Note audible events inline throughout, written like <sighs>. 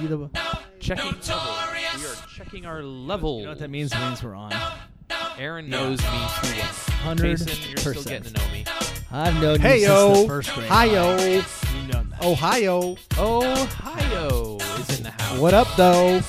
you the Checking levels. We are checking our levels. you know what that means? Means we're on. Aaron knows me too well. Jason, you're still 100%. getting to know me. I've known you since the Heyo, first grade. Ohio, You know that. Ohio. Ohio is in the house. What up, though?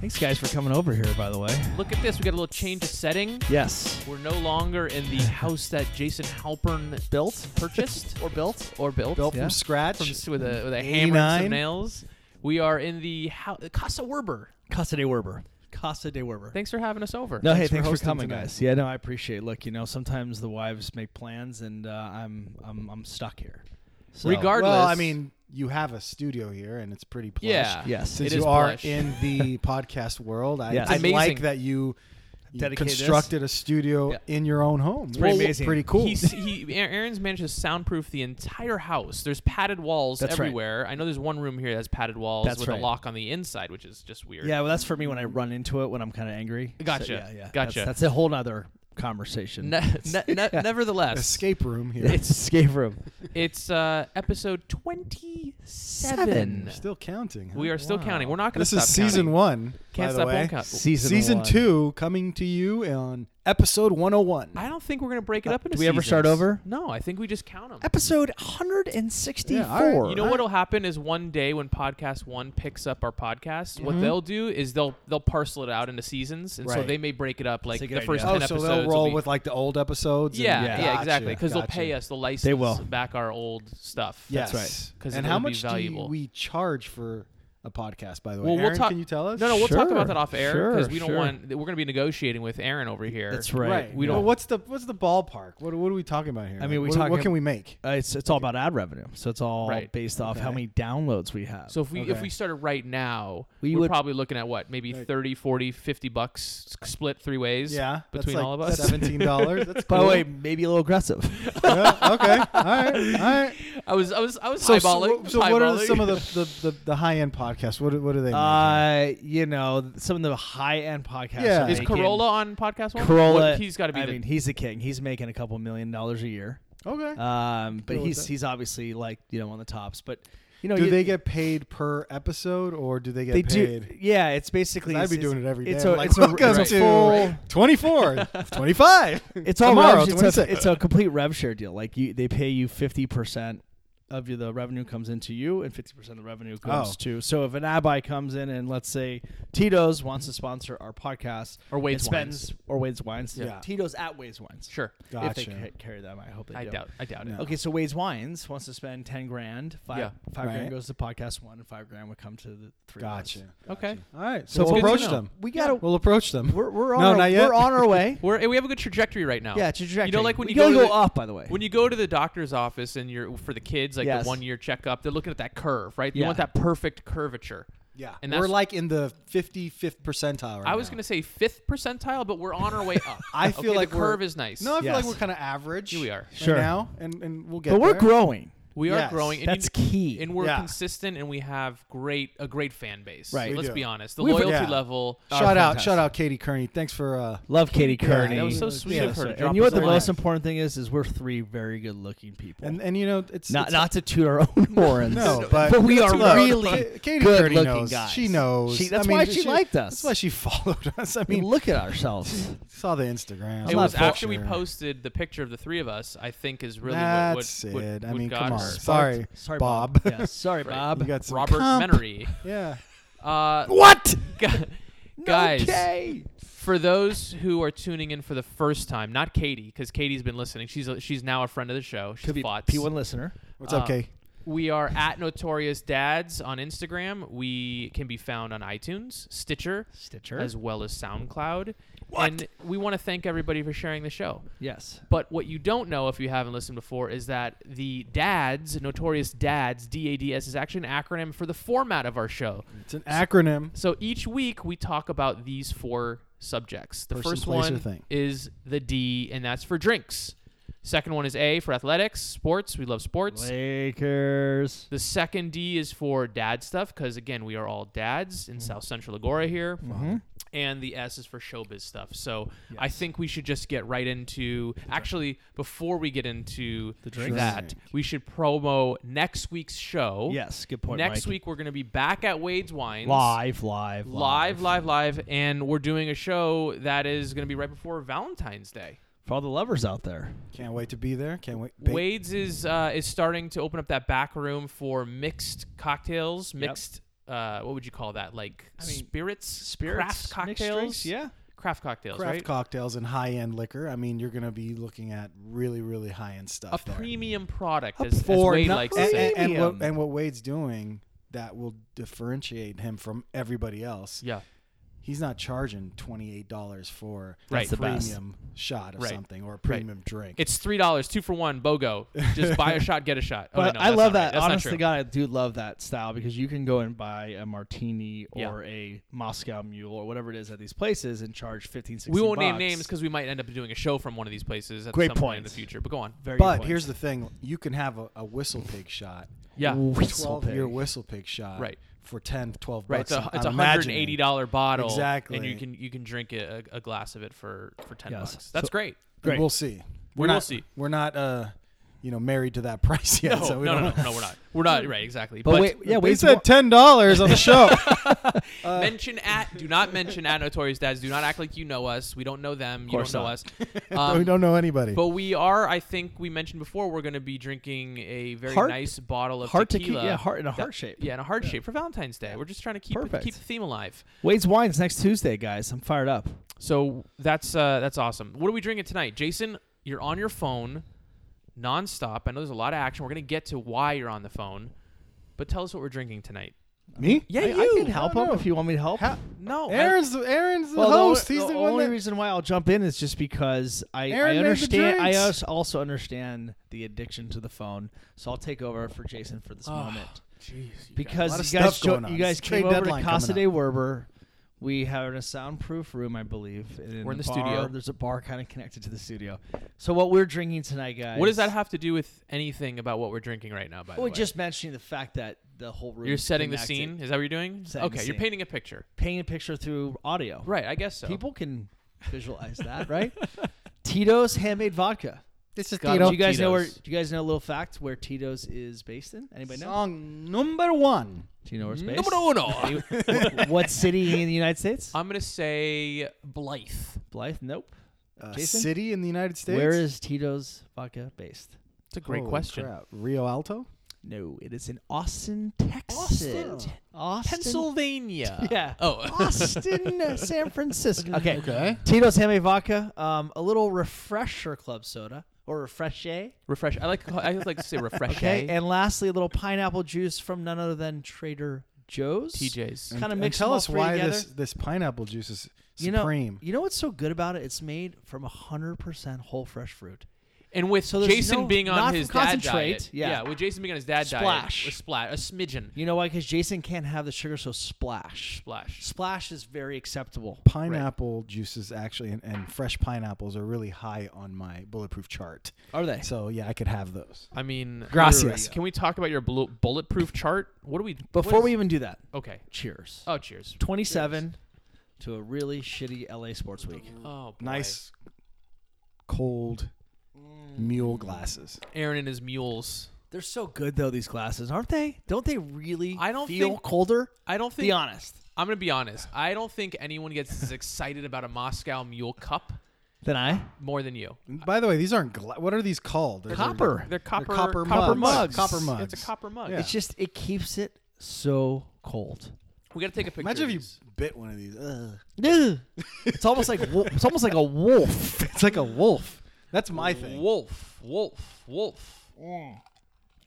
Thanks, guys, for coming over here. By the way. Look at this. We got a little change of setting. Yes. We're no longer in the house that Jason Halpern built, purchased, or built, or built, Built Yeah. from scratch. from s- with a with a hammer and some 89. nails. We are in the house, Casa Werber. Casa de Werber. Casa de Werber. Thanks for having us over. no, Thanks hey, for thanks for, hosting coming, tonight. guys. Yeah, no, I appreciate. it. Look, you know, sometimes the wives make plans, and uh, I'm I'm I'm stuck here. So, Regard- regardless- Well, I mean, you have a studio here, and it's pretty plush. Yeah. Yes. Since It is you are plush. in <laughs> the podcast world, I, Yes. I Amazing. like that you, you Dedicate this. constructed a studio Yeah. in your own home. It's pretty amazing. Pretty cool. He's, he, Aa- Aaron's managed to soundproof the entire house. There's padded walls That's right. everywhere. I know there's one room here that has padded walls That's with right. a lock on the inside, which is just weird. Yeah, well, that's for me when I run into it when I'm kind of angry. So, Gotcha. yeah, yeah. That's- Gotcha. That's, a whole nother conversation. Ne- <laughs> ne- ne- <laughs> nevertheless, Escape room here. it's escape room. it's uh, episode 27. We're still counting. huh? We are still Wow. counting. We're not going to This stop is season counting. one. Can't by stop the way. won't count. Season Season one. two coming to you on episode 101. I don't think we're going to break it Uh, up into do we ever start seasons. over? No, I think we just count them. Episode 164. Yeah, all right. You know what'll happen is one day when podcast one picks up our podcast, Mm-hmm. what they'll do is they'll they'll parcel it out into seasons, and so Right. they may break it up a like the good first idea. Oh, ten so episodes. they'll will roll be- with like the old episodes. and- yeah, Yeah. yeah, exactly, because they'll pay gotcha. us the license will. back our old stuff. Yes. That's right. 'Cause And it how would be much do you- valuable. we charge for a podcast? By the way, Well, we'll Aaron, talk- Can you tell us? No, no, we'll talk Sure, about that off air because sure, we don't sure. want we're going to be negotiating with Aaron over here. That's right. We Well, don't- what's the what's the ballpark? What what are we talking about here? I mean, Like, we what, talking- what can we make? Uh, it's it's all about ad revenue, so it's all Right. based off how Okay. many downloads we have. So if we if Okay. we started right now, We we are would- probably looking at what maybe Right. thirty, forty, fifty 30, 40, 50 bucks s- split three ways. Yeah, that's between like all of us. seventeen dollars. <laughs> That's by the cool. way, maybe a little aggressive. <laughs> Yeah, okay, all right, all right. I was I was I was So, so, eyeballing. so what are eyeballing. some of the the, the, the high end podcasts? What do- what are they? making? uh, you know, th- some of the high end podcasts. Yeah. are <laughs> Is making- Corolla on podcast one? Corolla. What- he's got to be. I the, mean, he's the king. He's making a couple million dollars a year. okay. uh, Um, but Cool with he's that. he's obviously like you know on the tops. But you know, do you- they get paid per episode, or do they get They paid? do. Yeah, it's basically. I'd it's- be it's- doing it every day. it's I'm A, like, it's a- <laughs> welcome it's a to full- <laughs> 24, 25. It's all Tomorrow, rev- it's, a, 26. it's a complete rev share deal. Like you, they pay you fifty percent of your, the revenue comes into you, and fifty percent of the revenue goes Oh. to. So if an abai comes in and let's say Tito's wants to sponsor our podcast, Or Wade's it spends or Wade's Wines, Yeah. Tito's at Wade's Wines. sure. If they Gotcha. ca- carry them, I hope they I do. doubt. I doubt it. No. Okay, so Wade's Wines wants to spend ten grand. Five Yeah. five grand Right. goes to podcast one, and five grand would come to the three. of us. Gotcha. Okay. All right. So So we'll it's good to approach know. them. We gotta. We'll approach them. We're, we're on. No, our, not yet. We're on our <laughs> way. We're, we have a good trajectory right now. Yeah, it's a trajectory. like when We you go gotta to go the- up, by the way. When you go to the doctor's office and you're for the kids, like Yes. the one year checkup, they're looking at that curve, right? You Yeah. want that perfect curvature. Yeah. And we're that's- like in the 55th percentile right I was now. gonna say fifth percentile, but we're on our way up. <laughs> I feel okay, like the we're- curve is nice. No, I feel Yes. like we're kind of average. Here we are. right Sure. now, and, and we'll get but we're there. growing. we are Yes. growing. And That's you, key. And we're Yeah. consistent, and we have great a great fan base. Right. We Let's do. be honest. The We've- loyalty yeah. level. Shout out, Oh, fantastic. shout out Katie Kearney. Thanks for uh, Love Katie Yeah, Kearney. that was so sweet of that's her to right. drop And you know us what the a line. most important thing is? Is we're three very good looking people. and and you know it's not it's- not to toot our own horns. <laughs> <laughs> No, but, we are look, really Ka- Katie good Kearney looking knows. guys. She knows. She- I that's mean, why she liked us. That's why she <laughs> followed us. I I mean, mean, look at ourselves. saw the Instagram. It not was for after we Sure. posted the picture of the three of us. I think is really what- That's what, what, it. I what mean, got come on. us sparked. <laughs> Sorry, Sorry, Bob. Yeah, sorry, Right. you Bob. got some Robert comp. Menery. Yeah. <laughs> Uh, What? gu- guys, Okay. for those who are tuning in for the first time, not Katie, because Katie's been listening. She's a, she's now a friend of the show. She's Could be Flots. P1 listener. What's up, Uh, Kay? We are at Notorious Dads on Instagram. We can be found on iTunes, Stitcher, Stitcher. as well as SoundCloud. And we want to thank everybody for sharing the show. yes. But what you don't know if you haven't listened before is that the DADS, Notorious DADS, D A D S, is actually an acronym for the format of our show. It's an acronym. So each week we talk about these four subjects. The Person, first place, or one thing. is the D, and that's for drinks. Second one is A for athletics, sports. We love sports. Lakers. Mm-hmm. The Mm-hmm. second D is for dad stuff because again we are all dads in South Central Agora here. and the S is for showbiz stuff. So I Yes. think we should just get right into. Actually, before we get into The drinks. that, we should promo next week's show. Yes, good point. next Mike. week we're going to be back at Wade's Wines live, live, live, live, live, and we're doing a show that is going to be right before Valentine's Day. for all the lovers out there. Can't wait to be there. Can't wait. Ba- Wade's is uh, is starting to open up that back room for mixed cocktails, mixed. Uh, what would you call that? Like I mean, spirits, Spirits, craft cocktails, yeah. craft cocktails, craft right? cocktails and high end liquor. I mean, you're going to be looking at really, really high end stuff. a there. premium product, A as, as four- Wade no- likes to and, say. and- and Premium. what, and what Wade's doing that will differentiate him from everybody else. Yeah, He's not charging twenty eight dollars for Right. a That's the best. premium shot of Right. something or a premium drink. it's three dollars, two for one, BOGO. <laughs> Just buy a shot, get a shot. Oh, wait, But no, I that's love not right. that. That's not Honest true. to God, I do love that style because you can go and buy a martini Yeah. or a Moscow Mule or whatever it is at these places and charge 15, 16 we won't name bucks. names because we might end up doing a show from one of these places at Great some point in point. the future. But go on. Very good but point. here's the thing: you can have a, a whistle pig shot, Yeah, Whistle twelve year pig. whistle pig shot, Right. For 10 12 Right, bucks. it's a, I'm- it's a I'm hundred and eighty imagining. dollar bottle, and Exactly. you can you can drink a, a glass of it for for ten Yes. bucks. That's So- great. Great. We'll see. We We're will not, see. We're not, uh, you know, married to that <laughs> price yet. no, so we no, don't no, no, no, we're <laughs> not. We're not right. Exactly. but, But, wait, yeah, they Wade's wa- said ten <laughs> dollars on the show. uh, mention at do not mention at Notorious Dads. Do not act like you know us. We don't know them. You course don't know not. <laughs> us. we Um, don't know anybody. but we are. I think we mentioned before we're going to be drinking a very Heart- nice bottle of heart tequila. tequila, yeah, heart in a that- heart shape. Yeah, in a heart shape for Valentine's Day. We're just trying to keep it, Perfect. keep the theme alive. Wade's wine's next Tuesday, guys. I'm fired up. So that's uh, that's awesome. What are we drinking tonight, Jason? You're on your phone, nonstop. I know there's a lot of action. We're gonna get to why you're on the phone, but tell us what we're drinking tonight. me? Yeah, I, I you. can help No, him no. if you want me to help. How- No, I- Aaron's the Aaron's the Well, host. the, He's o- the, the one only that- reason why I'll jump in is just because I, Aaron I made the understand. I drinks. als- also understand the addiction to the phone, so I'll take over for Jason for this Oh, moment Jeez, because lot of you guys stuff jo- going on. you guys It's came trade over to deadline coming Casa up. de Werber. We have a soundproof room, I believe. and We're in the bar- studio. There's a bar kind of connected to the studio. So what we're drinking tonight, guys? what does that have to do with anything about what we're drinking right now? By the Well, way, just mentioning the fact that the whole room. you're setting the connected. scene. Is that what you're doing? Setting the okay, you're scene. painting a picture. painting a picture through audio. Right, I guess so. People can visualize <laughs> that, right? Tito's handmade vodka. This is God, do you guys know where? Tito's. Do you guys know a little fact where Tito's is based in? Anybody know? Song number one. Do you know where it's based? <laughs> Numero uno. Wh- what city in the United States? <laughs> I'm gonna say Blythe. Blythe. Nope. Uh, Jason? city in the United States. Where is Tito's vodka based? It's a great Holy question. crap. Rio Alto. No, it is in Austin, Texas. Austin. Austin. Pennsylvania. <laughs> Yeah. Oh. <laughs> Austin, uh, San Francisco. Okay. Okay. Tito's handmade vodka, um, a little refresher club soda or refreshe. refresh. I like. I like to say refresh. eh? Okay. And lastly, a little pineapple juice from none other than Trader Joe's. TJ's. Kinda And- mix and tell them all us three why together. this this pineapple juice is You know, supreme. you know what's so good about it? It's made from 100% whole fresh fruit. And with So there's Jason no- being on not his from dad concentrate, diet, yeah. with Jason being on his dad Splash. diet, or splat, a smidgen You know why? Because Jason can't have the sugar, so splash. splash. Splash is very acceptable. pineapple juices actually and, and fresh pineapples are really high on my bulletproof chart. Are they? So yeah, I could have those. I mean, Gracias. Can we talk about your blu- bulletproof chart? What do we what Before we is- even do that, Okay. cheers. Oh, cheers. 27 to a really shitty LA sports week. Oh, boy. Nice cold Mm. mule glasses. Aaron and his mules. They're so good though these glasses, aren't they? Don't they really I don't feel think- colder? I don't think Be honest. I'm gonna be honest. I don't think anyone gets as excited about a Moscow Mule Cup Than I? more than you. By the way, these aren't gla- what are these called? They're- Copper. They're copper copper copper mugs. Copper It's mugs. a copper mug. Yeah. It's just it keeps it so cold. We gotta take a picture. Imagine of if you these. bit one of these. Ugh. Ugh. it's almost like wo- it's almost like a wolf. <laughs> It's like a wolf. That's my thing. Wolf, wolf, wolf.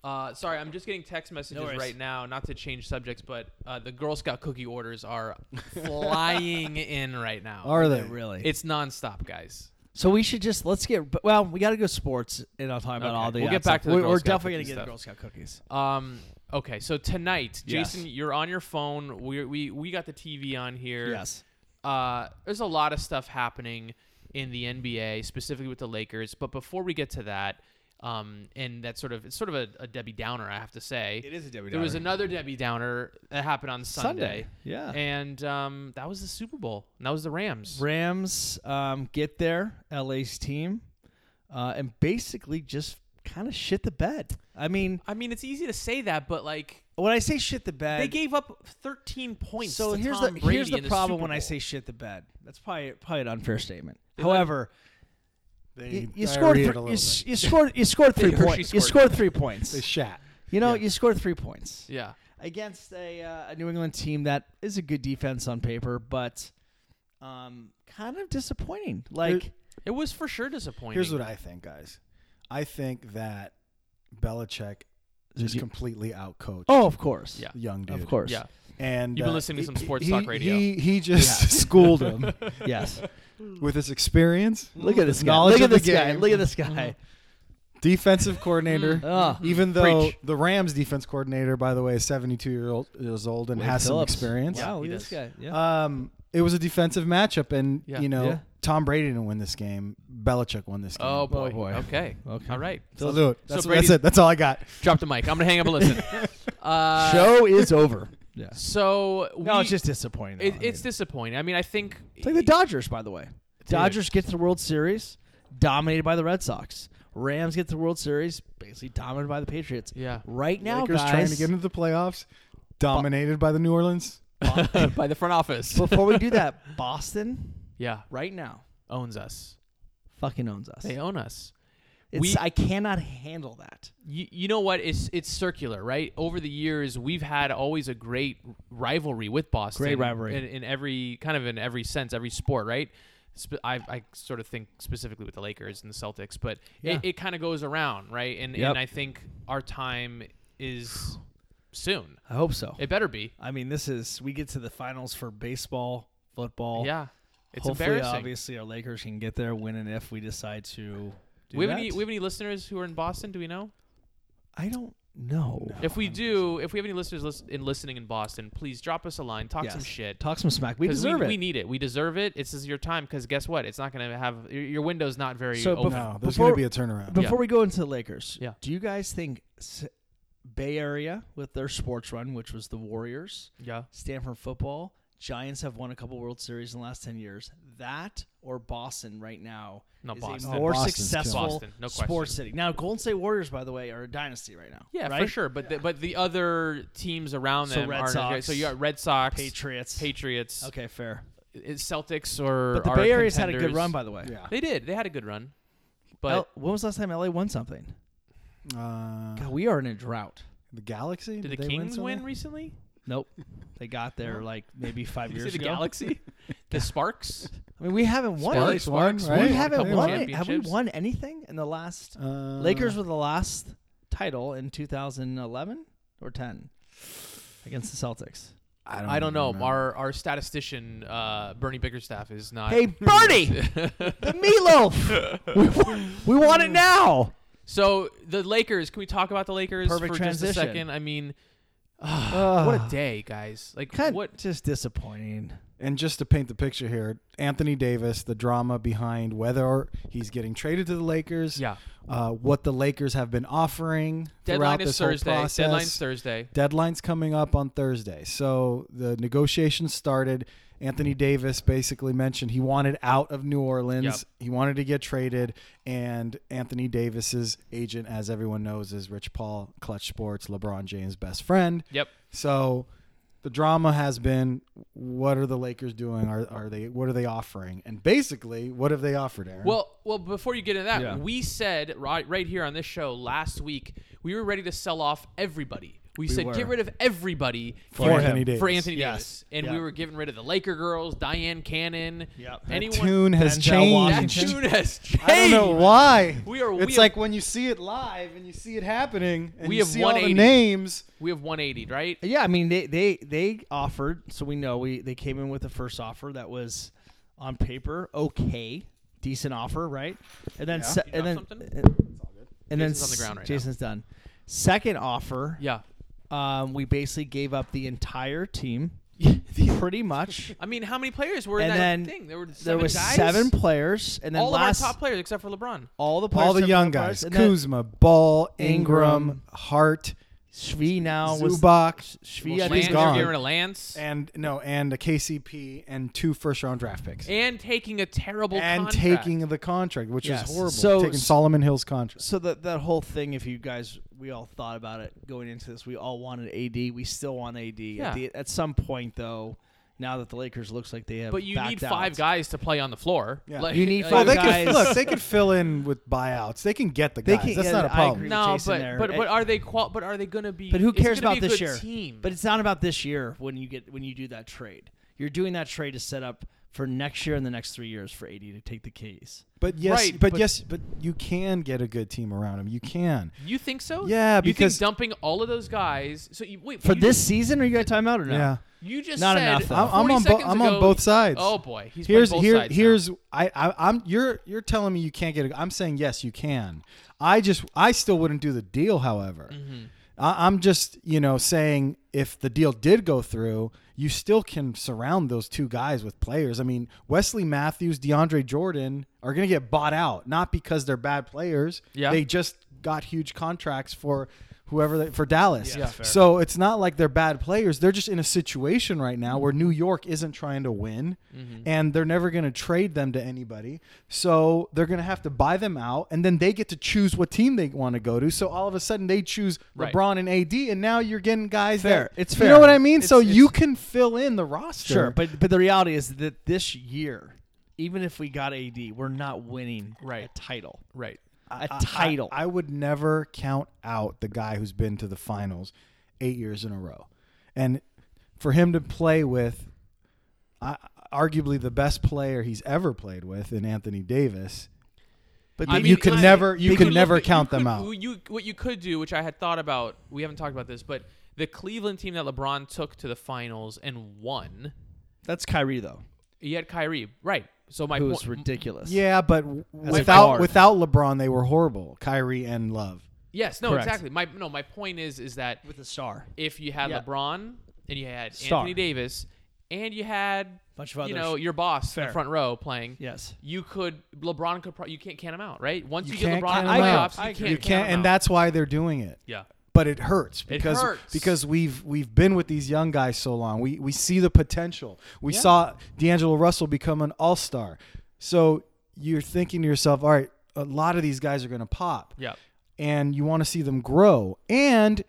Uh, sorry, I'm just getting text messages worries. right now. Not to change subjects, but uh, the Girl Scout cookie orders are <laughs> flying in right now. Are they? really? It's nonstop, guys. so we should just let's get but- well, we got to go sports and I'll talk about Okay. all the We'll get outside- back to the we're, Girl we're Scout definitely going cookie to get stuff. the Girl Scout cookies. Um, okay, so tonight, Yes. Jason, you're on your phone. We we we got the TV on here. Yes. uh, there's a lot of stuff happening in the NBA, specifically with the Lakers. But before we get to that, Um, and that's sort of it's sort of a, a Debbie Downer, I have to say. It is a Debbie There was Downer. another Debbie Downer that happened on E Sunday, Yeah. and um, that was the Super Bowl, and that was the Rams. Rams um, get there, LA's team, uh, and basically just kind of shit the bed. I mean, I mean, it's easy to say that, but like when I say shit the bed, they gave up 13 points. so to here's Tom the Brady here's the in problem Super when I Bowl. say shit the bed. That's probably probably an unfair statement. They let- However, They you, you diarrhea'd scored a thr- little you, s- bit. you scored you scored <laughs> They three Hershey points. You scored. scored three They points. shat. You know, Yeah. you scored three points. yeah, against a, uh, a New England team that is a good defense on paper, but um, kind of disappointing. Like, it was for sure disappointing. Here's what I think, guys. I think that Belichick just You- completely outcoached oh, of course, Yeah. the young dude. of course, yeah, And You've been uh, listening to some he- sports he- talk radio. He he just Yeah. <laughs> schooled him yes. with his experience. <laughs> Look at this guy. Knowledge Look at of the this guy. game. Look at this guy. Defensive coordinator. <laughs> <laughs> Ugh. even though Preach. the Rams defense coordinator, by the way, is 72 year old, years old and Wade has Phillips. some experience. Wow, he look at this does. guy. Yeah. Um, it was a defensive matchup, and Yeah. you know Yeah. Tom Brady didn't win this game. Belichick won this game. Oh boy. Oh, boy. Okay. Okay. All right. so do it. so That's, Brady- that's it. That's all I got. Drop the mic. I'm gonna hang up and listen. <laughs> uh, Show is over. <laughs> Yeah. So we, No, it's just disappointing. it, though. I it's mean, disappointing. I mean, I think it's like the Dodgers, by the way. Dodgers get to the World Series, dominated by the Red Sox. Rams get to the World Series, basically dominated by the Patriots. <laughs> Yeah. Right now, Lakers guys, trying <laughs> to get into the playoffs, dominated by the New Orleans. by the front office. before we do that, <laughs> Boston yeah, right now owns us. fucking owns us. They own us. It's, we- I cannot handle that. you, you know what it's it's circular right over the years we've had always a great rivalry with boston Great rivalry. in, in every kind of in every sense every sport right Sp- I, I sort of think specifically with the lakers and the celtics but Yeah. it, it kind of goes around right and, Yep. and i think our time is soon I hope so. it better be I mean, this is we get to the finals for baseball, football. yeah it's Hopefully, embarrassing obviously, our Lakers can get there, win, and if we decide to do we have that. any we have any listeners who are in boston do we know I don't know. if we do if we have any listeners lis- in listening in boston please drop us a line talk some Yes. shit Talk some smack. We 'Cause deserve we, it. We need it. We deserve it. It's is your time because guess what? It's not going to have your, your window's not very So bef- open. No, there's Before- going to be a turnaround. Before we go into the Lakers, Yeah. do you guys think S- Bay Area with their sports run, which was the Warriors, yeah. Stanford football, Giants have won a couple World Series in the last ten years. That or Boston right now No, is Boston. a more Boston's successful killing it. Boston, no sports city. Now, Golden State Warriors, by the way, are a dynasty right now. Yeah, right? for sure. But the, but the other teams around So them Red are Sox, so you got Red Sox, Patriots. Patriots, Okay, fair. i- Celtics, or But the are Bay Area's had a good contenders. run, by the way. yeah. They did. They had a good run. But L- when was the last time LA won something? God, Uh, we are in a drought. the Galaxy. did the they Kings win, something? recently? Nope. They got there like <laughs> maybe five Did you years see the ago. Galaxy, the Sparks. I mean, we haven't won. Sparks it. Sparks won, won, right? We a haven't couple won. It. Have we championships. won anything in the last? Uh, Lakers were the last title in 2011 or 10 against the <laughs> Celtics. I don't, I don't know. remember. Our our statistician uh, Bernie Bickerstaff is not. <laughs> Hey, Bernie, the meatloaf. We, wa- we want it now. So the Lakers, can we talk about the Lakers Perfect for just a transition. second? I mean, <sighs> Ugh. what a day, guys! Like Kind what? just disappointing. And just to paint the picture here, Anthony Davis, the drama behind whether he's getting traded to the Lakers, Yeah, uh, what the Lakers have been offering deadline throughout is this whole Thursday. process. Deadline's Thursday. Deadline's coming up on Thursday. So the negotiations started. Anthony Davis basically mentioned he wanted out of New Orleans. Yep. He wanted to get traded. And Anthony Davis's agent, as everyone knows, is Rich Paul, Clutch Sports, LeBron James' best friend. Yep. So the drama has been what are the Lakers doing? Are, are they what are they offering? And basically, what have they offered, Aaron? Well, well, before you get into that, Yeah. we said right right here on this show last week we were ready to sell off everybody. We, said were. get rid of everybody For Anthony Davis. For Anthony Yes. Davis, and Yeah. we were getting rid of the Laker girls, Diane Cannon, Yep. the anyone. tune has Denzel that changed. Washington. tune has changed. <laughs> I don't know why. We are- It's we are- like when you see it live and you see it happening, and We you have see all the 180. names. We have 180, right? Yeah, I mean they they they offered, so we know we they came in with the first offer that was on paper okay, decent offer, right? And then se- You and then uh, drop something? and, then Jason's on the s- ground right now. Jason's done. Second offer, Yeah. <laughs> um, we basically gave up the entire team <laughs> pretty much. I mean, how many players were in And that then thing? There were seven there was guys? seven players, and then All last of our top players except for LeBron. all the players All the except for young Barnes, guys: and then Kuzma, Ball, Ingram, Ingram, Hart, Shvi now was Zubac, Shvi. I Well, think Lance, is Landry- gone. you're giving a Lance. And, and no, and a KCP and two first-round draft picks, taking a terrible and contract. taking the contract, which Yes. is horrible. So- taking Solomon Hill's contract. So that that whole thing, if you guys, we all thought about it going into this. We all wanted AD. We still want AD. Yeah. At, the, at some point, though, now that the Lakers looks like they have, But you need backed out. five guys to play on the floor. Yeah. Like- You need like- five Well, they guys- could look. They could fill in with buyouts. They can get the They guys. can- That's yeah, not a I problem. agree. No, Jason but, there, but right? but are they qual- But are they going to be? But who it's cares gonna be about a this good year? Team. But it's not about this year when you get when you do that trade. You're doing that trade to set up for next year and the next three years for AD to take the keys. But yes, Right, but, but- yes, but you can get a good team around him. You can. you think so? Yeah, you because- think dumping all of those guys. So you, wait For you this just- season, are you guys talking about or no? Yeah. you just Not said enough, though. I'm, I'm 40 on both. seconds I'm on ago- both sides. Oh boy, he's here's playing both here sides now. here's I, I I'm you're you're telling me you can't get. A, I'm saying yes, you can. I just I still wouldn't do the deal. However, Mm-hmm. I, I'm just you know saying if the deal did go through, you still can surround those two guys with players. I mean, Wesley Matthews, DeAndre Jordan are going to get bought out not because they're bad players. Yeah. they just got huge contracts for. Whoever they, for Dallas, Yeah, Yeah. fair. so it's not like they're bad players. They're just in a situation right now where New York isn't trying to win Mm-hmm. and they're never going to trade them to anybody. So they're going to have to buy them out and then they get to choose what team they want to go to. So all of a sudden they choose Right. LeBron and AD and now you're getting guys Fair. that It's You fair. know what I mean? so It's- you it's- can fill in the roster. Sure, but but the reality is that this year, even if we got AD, we're not winning Right. a title. right. A I- title. I, I would never count out the guy who's been to the finals eight years in a row, and for him to play with, I, arguably the best player he's ever played with in Anthony Davis. but I maybe- mean, you could like, never- you could look never at- you count them could- out. You, what you could do, which I had thought about, we haven't talked about this, but the Cleveland team that LeBron took to the finals and won, that's Kyrie though, you had Kyrie, right? So my who's point, ridiculous. Yeah, but As a without guard. without LeBron, they were horrible. Kyrie and Love. yes, no, Correct. exactly. My no, my point is is that with a star, if you had Yeah. LeBron and you had Star. Anthony Davis and you had bunch of others. you know your boss in Fair. the front row playing, yes, you could LeBron could pro- you can't count him out, right? Once You you, get can't LeBron in count the 'em out. playoffs, I you agree. can't You count can't, him and out. that's why they're doing it. yeah. but it hurts because hurts. because we've we've been with these young guys so long. We we see the potential. We Yeah. saw D'Angelo Russell become an all star. So you're thinking to yourself, all right, a lot of these guys are going to pop, Yeah. and you want to see them grow. And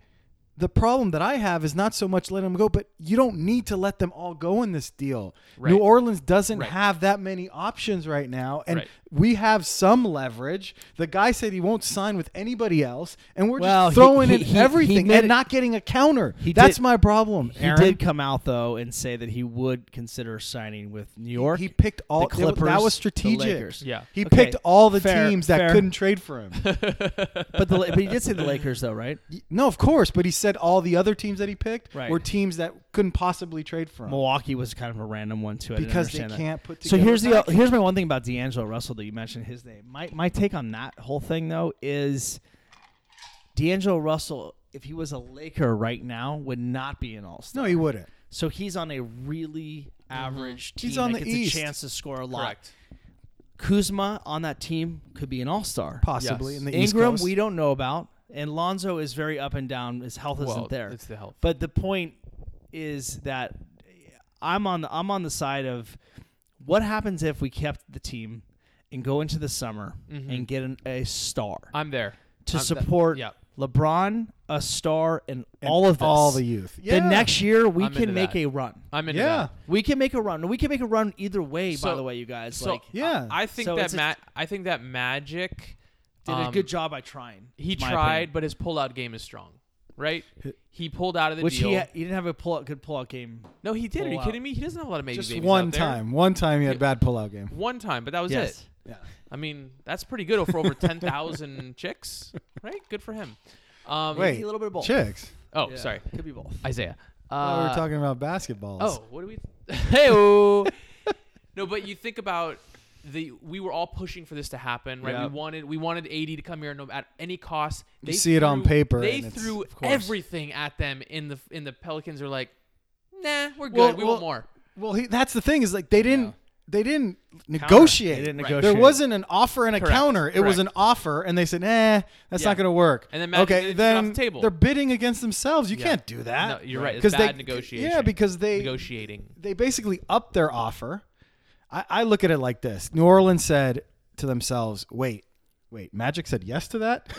the problem that I have is not so much letting them go, but you don't need to let them all go in this deal. Right. New Orleans doesn't Right. have that many options right now, and Right. we have some leverage. The guy said he won't sign with anybody else, and we're we're Well, he- just throwing he- in he- he everything made and it- not getting a counter. He That's did- my problem. he Aaron. did come out though and say that he would consider signing with New York. He picked all the Clippers, That the was strategic. Lakers. Yeah. He Okay, picked all the fair, teams that fair. couldn't trade for him. <laughs> but the, but he did say <laughs> the Lakers though, right? no, of course, but he said all the other teams that he picked Right. were teams that couldn't possibly trade for him Milwaukee was kind of a random one too. I didn't because they understand that. can't put So together. here's a the package. here's my one thing about D'Angelo Russell that you mentioned his name. My my take on that whole thing though is D'Angelo Russell, if he was a Laker right now, would not be an All Star. no, he wouldn't. So he's on a really average team Mm-hmm. He's on that the gets East. a chance to score a lot. Correct. Kuzma on that team could be an All Star. Possibly Yes. in the Ingram East Coast. we don't know about, and Lonzo is very up and down. His health Well, isn't there. it's the health. But the point is that I'm on the I'm on the side of what happens if we kept the team and go into the summer Mm-hmm. and get an, a star I'm there. to I'm- that- support yeah. LeBron, a star, and, And all of this. all the youth. Yeah. The next year we I'm into can make that. a run. I'm into Yeah. that. We can make a run. We can make a run either way. by So- the way, you guys So like Yeah. I, I think So that it's a- ma- I think that Magic did a um, good job by trying. He is my tried, opinion. but his pullout game is strong, right? He pulled out of the which deal. he ha- he didn't have a pull out, good pull out game. no, he did. Are you pullout. kidding me? He doesn't have a lot of maybe Just babies one out there. time. One time he had a bad pullout game. One time, but that was it. Yeah. I mean, that's pretty good for over ten thousand <laughs> chicks, right? Good for him. Um, Wait, a little bit of both. chicks. Oh, Yeah, sorry, could be both. Isaiah. Oh, Uh, we were talking about basketballs. Oh, what do we? <laughs> hey No, but you think about the we were all pushing for this to happen, right? Yeah. We wanted we wanted AD to come here no, at any cost. see it on threw- paper They and it's- threw of course. everything at them in the in the Pelicans. Are like, nah, we're good. Well- we well- want more. Well, he, that's the thing is like they didn't Yeah. they didn't They negotiate. didn't Right. negotiate. There wasn't an offer and a Correct. counter. It was an Correct. offer, and they said, "Eh, that's Yeah. not going to work." And then Magic okay, didn't get it off then the table. they're bidding against themselves. You Yeah. can't do that. No, you're right. It's Because bad they, negotiation. Yeah, because they negotiating. they basically upped their offer. I, I look at it like this: New Orleans said to themselves, "Wait, wait, Magic said yes to that.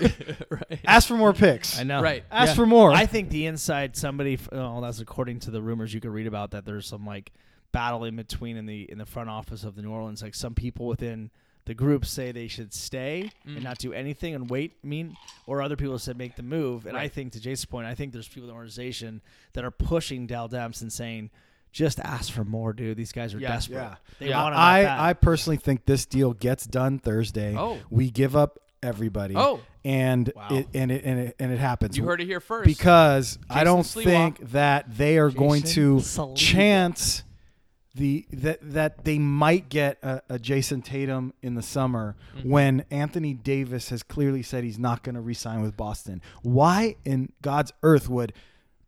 right. Ask for more picks. I know. Right. Ask Yeah. for <laughs> more." I think the inside somebody. f- Oh, that's according to the rumors you could read about that. There's some like battle in between in the in the front office of the New Orleans. Like some people within the group say they should stay Mm. and not do anything and wait. Mean or other people said make the move. And I Right. think to Jason's point, I think there's people in the organization that are pushing Dal Demps and saying, just ask for more, dude. These guys are Yeah. desperate. Yeah. They Yeah. want him that bad." I, I personally think this deal gets done Thursday. Oh. We give up everybody. Oh. And Wow. it and it and it, and it happens. You heard it here first. because I Jason don't Sliwa. think that they are going Jason to Sliwa. chance the that that they might get a, a Jason Tatum in the summer Mm-hmm. when Anthony Davis has clearly said he's not going to re-sign with Boston. Why in God's earth would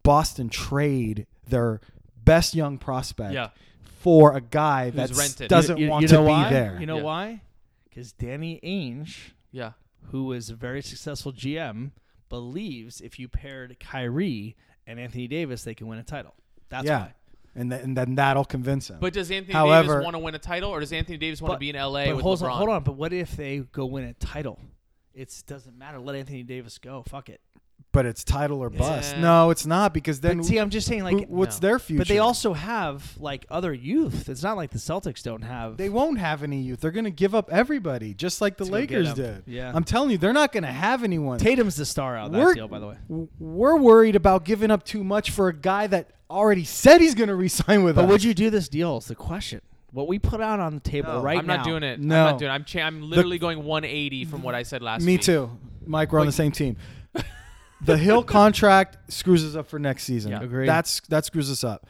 Boston trade their best young prospect Yeah. for a guy that Who's rented. doesn't You- you- want you to know be why? there? You know Yeah. why? Because Danny Ainge. yeah. who is a very successful GM, believes if you paired Kyrie and Anthony Davis, they can win a title. That's yeah, why. and then, and then that'll convince him. But does Anthony However- Davis want to win a title, or does Anthony Davis want to be in LA but with hold LeBron? on, hold on. But what if they go win a title? It doesn't matter. Let Anthony Davis go. Fuck it. but it's title or bust. Yeah. No, it's not because then but see, I'm just saying, like, who- what's no. their future? but they also have like other youth. It's not like the Celtics don't have. they won't have any youth. They're going to give up everybody, just like the Let's go get Lakers 'em. did. Yeah. I'm telling you, they're not going to have anyone. Tatum's the star out of that We're- deal, by the way. w- we're worried about giving up too much for a guy that already said he's going to <laughs> resign with But us. would you do this deal? Is the question. What we put out on the table No, right I'm now. not doing it. No. I'm not doing it. I'm, cha- I'm literally going 180 from what I said last Me week. too, Mike. We're on the same team. <laughs> the Hill contract screws us up for next season. Yeah. Agreed. That's that screws us up.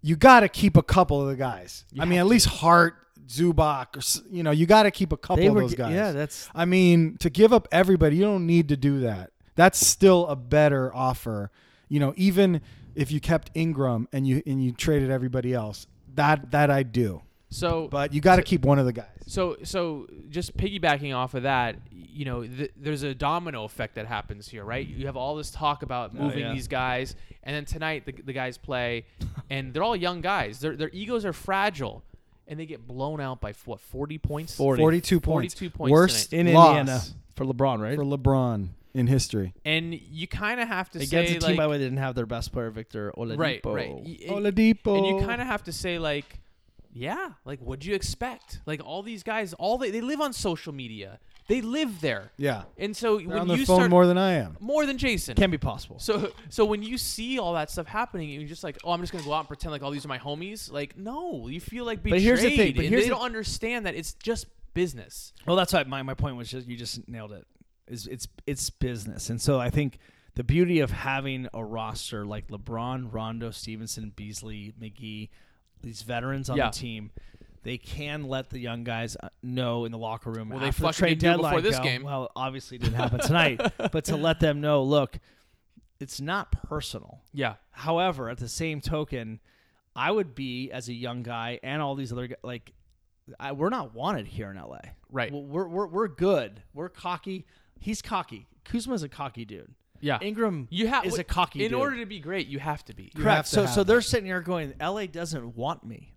You got to keep a couple of the guys. I mean, at least Hart, Zubac, or s- you know, you got to keep a couple They of were. those g- guys. Yeah, that's I mean, to give up everybody, you don't need to do that. That's still a better offer. You know, even if you kept Ingram and you and you traded everybody else, that that I do. So, But you got to keep one of the guys. so, so, just piggybacking off of that, you know, th- there's a domino effect that happens here, right? You have all this talk about Oh, moving yeah. these guys, and then tonight the, the guys <laughs> play, and they're all young guys. Their their egos are fragile, and they get blown out by what 40 points. 40. 42 points. 42 points Worst in loss Indiana for LeBron, right? for LeBron in history. And you kind of have to say against a team like, by the way that didn't have their best player Victor Oladipo. right, right. Y- and- Oladipo. And you kind of have to say like, yeah, like what'd you expect? Like all these guys, all they they live on social media. They live there. yeah. And so They're when on their you phone start more than I am. more than Jason. Can be possible. so <laughs> so when you see all that stuff happening, you're just like, oh, I'm just gonna go out and pretend like all these are my homies. Like no, you feel like betrayed. But here's the thing, but and here's they the- don't understand that it's just business. well, that's why my, my point was just you just nailed it. Is it's it's business, and so I think the beauty of having a roster like LeBron, Rondo, Stevenson, Beasley, McGee, these veterans on Yeah. the team. They can let the young guys uh, know in the locker room Well, they after the fucking trade did before deadline. this go, game. Well, obviously it didn't happen <laughs> tonight, but to let them know, look, it's not personal. Yeah. However, at the same token, I would be as a young guy and all these other gu- like, I, we're not wanted here in LA. Right. We're, we're we're we're good. We're cocky. He's cocky. Kuzma's a cocky dude. Yeah. Ingram You have is a cocky In dude. order to be great, you have to be. You have correct. to So have so that. they're sitting here going, LA doesn't want me.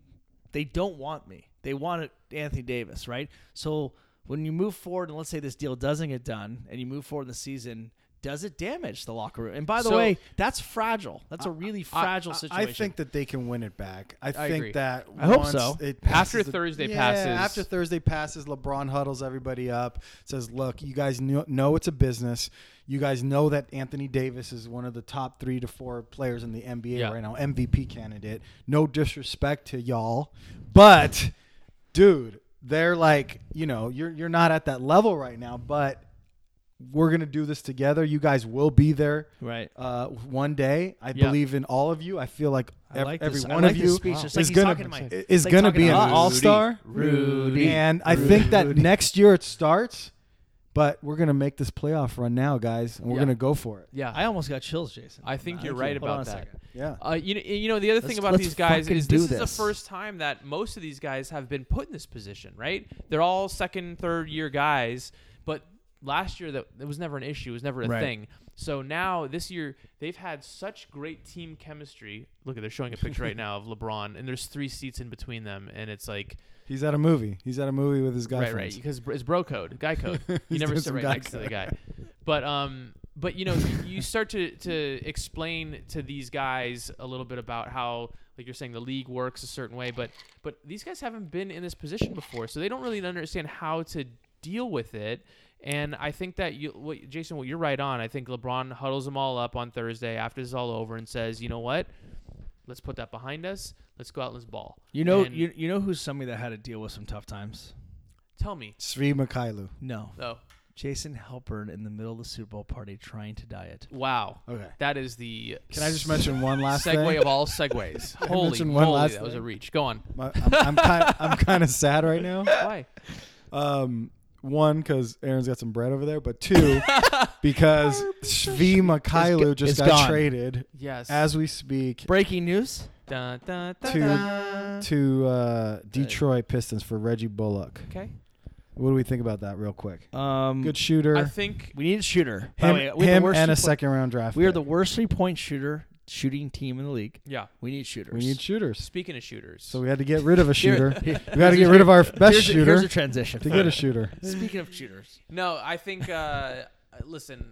They don't want me. They want Anthony Davis, right? So when you move forward and let's say this deal doesn't get done and you move forward in the season, does it damage the locker room? And by the So- way, that's fragile. That's a really fragile I- situation. I think that they can win it back. I, think agree. that I hope once so. It passes After Thursday passes. After Thursday passes, LeBron huddles everybody up, says, "Look, you guys know, know it's a business. You guys know that Anthony Davis is one of the top three to four players in the NBA Yeah. right now, MVP candidate. No disrespect to y'all, but dude, they're like, you know, you're you're not at that level right now, but." We're gonna do this together. You guys will be there right. uh, one day. I Yeah. believe in all of you. I feel like, I ev- like every this. I one like of this you speech. It's like is he's going talking to my- to it's is like going to talking be to an us. all star. Rudy. and I think that next year it starts But we're gonna make this playoff run now, guys, and we're Yeah. gonna go for it. Yeah, I almost got chills, Jason. I think Nah, you're thank right Hold about on a that. second. Yeah. Uh, you know, you know the other thing Let's- about let's these guys fucking is do this, is the this. first time that most of these guys have been put in this position, right? They're all second, third year guys, but last year that it was never an issue, it was never a Right. thing. So now this year they've had such great team chemistry. Look, they're showing a picture right now of <laughs> LeBron, and there's three seats in between them, and it's like He's at a movie. He's at a movie with his guy right, right, friends. because it's bro code, guy code. You He's never doing sit some right guy next to the guy. But um, but you know, you- you start to to explain to these guys a little bit about how, like you're saying, the league works a certain way. But but these guys haven't been in this position before, so they don't really understand how to deal with it. And I think that you, what, Jason, what you're right on. I think LeBron huddles them all up on Thursday after this is all over and says, you know what, let's put that behind us. Let's go out and let's ball. You know, And you, you know who's somebody that had to deal with some tough times? tell me Sri Mikhailu. No, though. Jason Halpern in the middle of the Super Bowl party trying to diet. Wow. Okay. That is the. Can I just mention one last segue thing? of all <laughs> segues? I Holy mention one moly, last that was a thing? reach. Go on. My, I'm, I'm kind. I'm kind of sad right now. Why? Um, one because Aaron's got some bread over there, <laughs> but two because Svi Mikhailu just it's got gone. traded Yes. as we <laughs> speak Breaking news. Dun, dun, dun, dun. to to uh, Detroit Pistons for Reggie Bullock. Okay. What do we think about that, real quick? Um, Good shooter. I think. We need a shooter. By the him way, we have the him worst and a three-point- second round draft. We are pick. the worst three point shooter shooting team in the league. Yeah. We need shooters. We need shooters, Speaking of shooters. so we had to get rid of <laughs> a shooter. Here- we got to get rid of our best here's, a- shooter here's a transition. to get a shooter. Speaking of shooters, no, I think. Uh, <laughs> listen,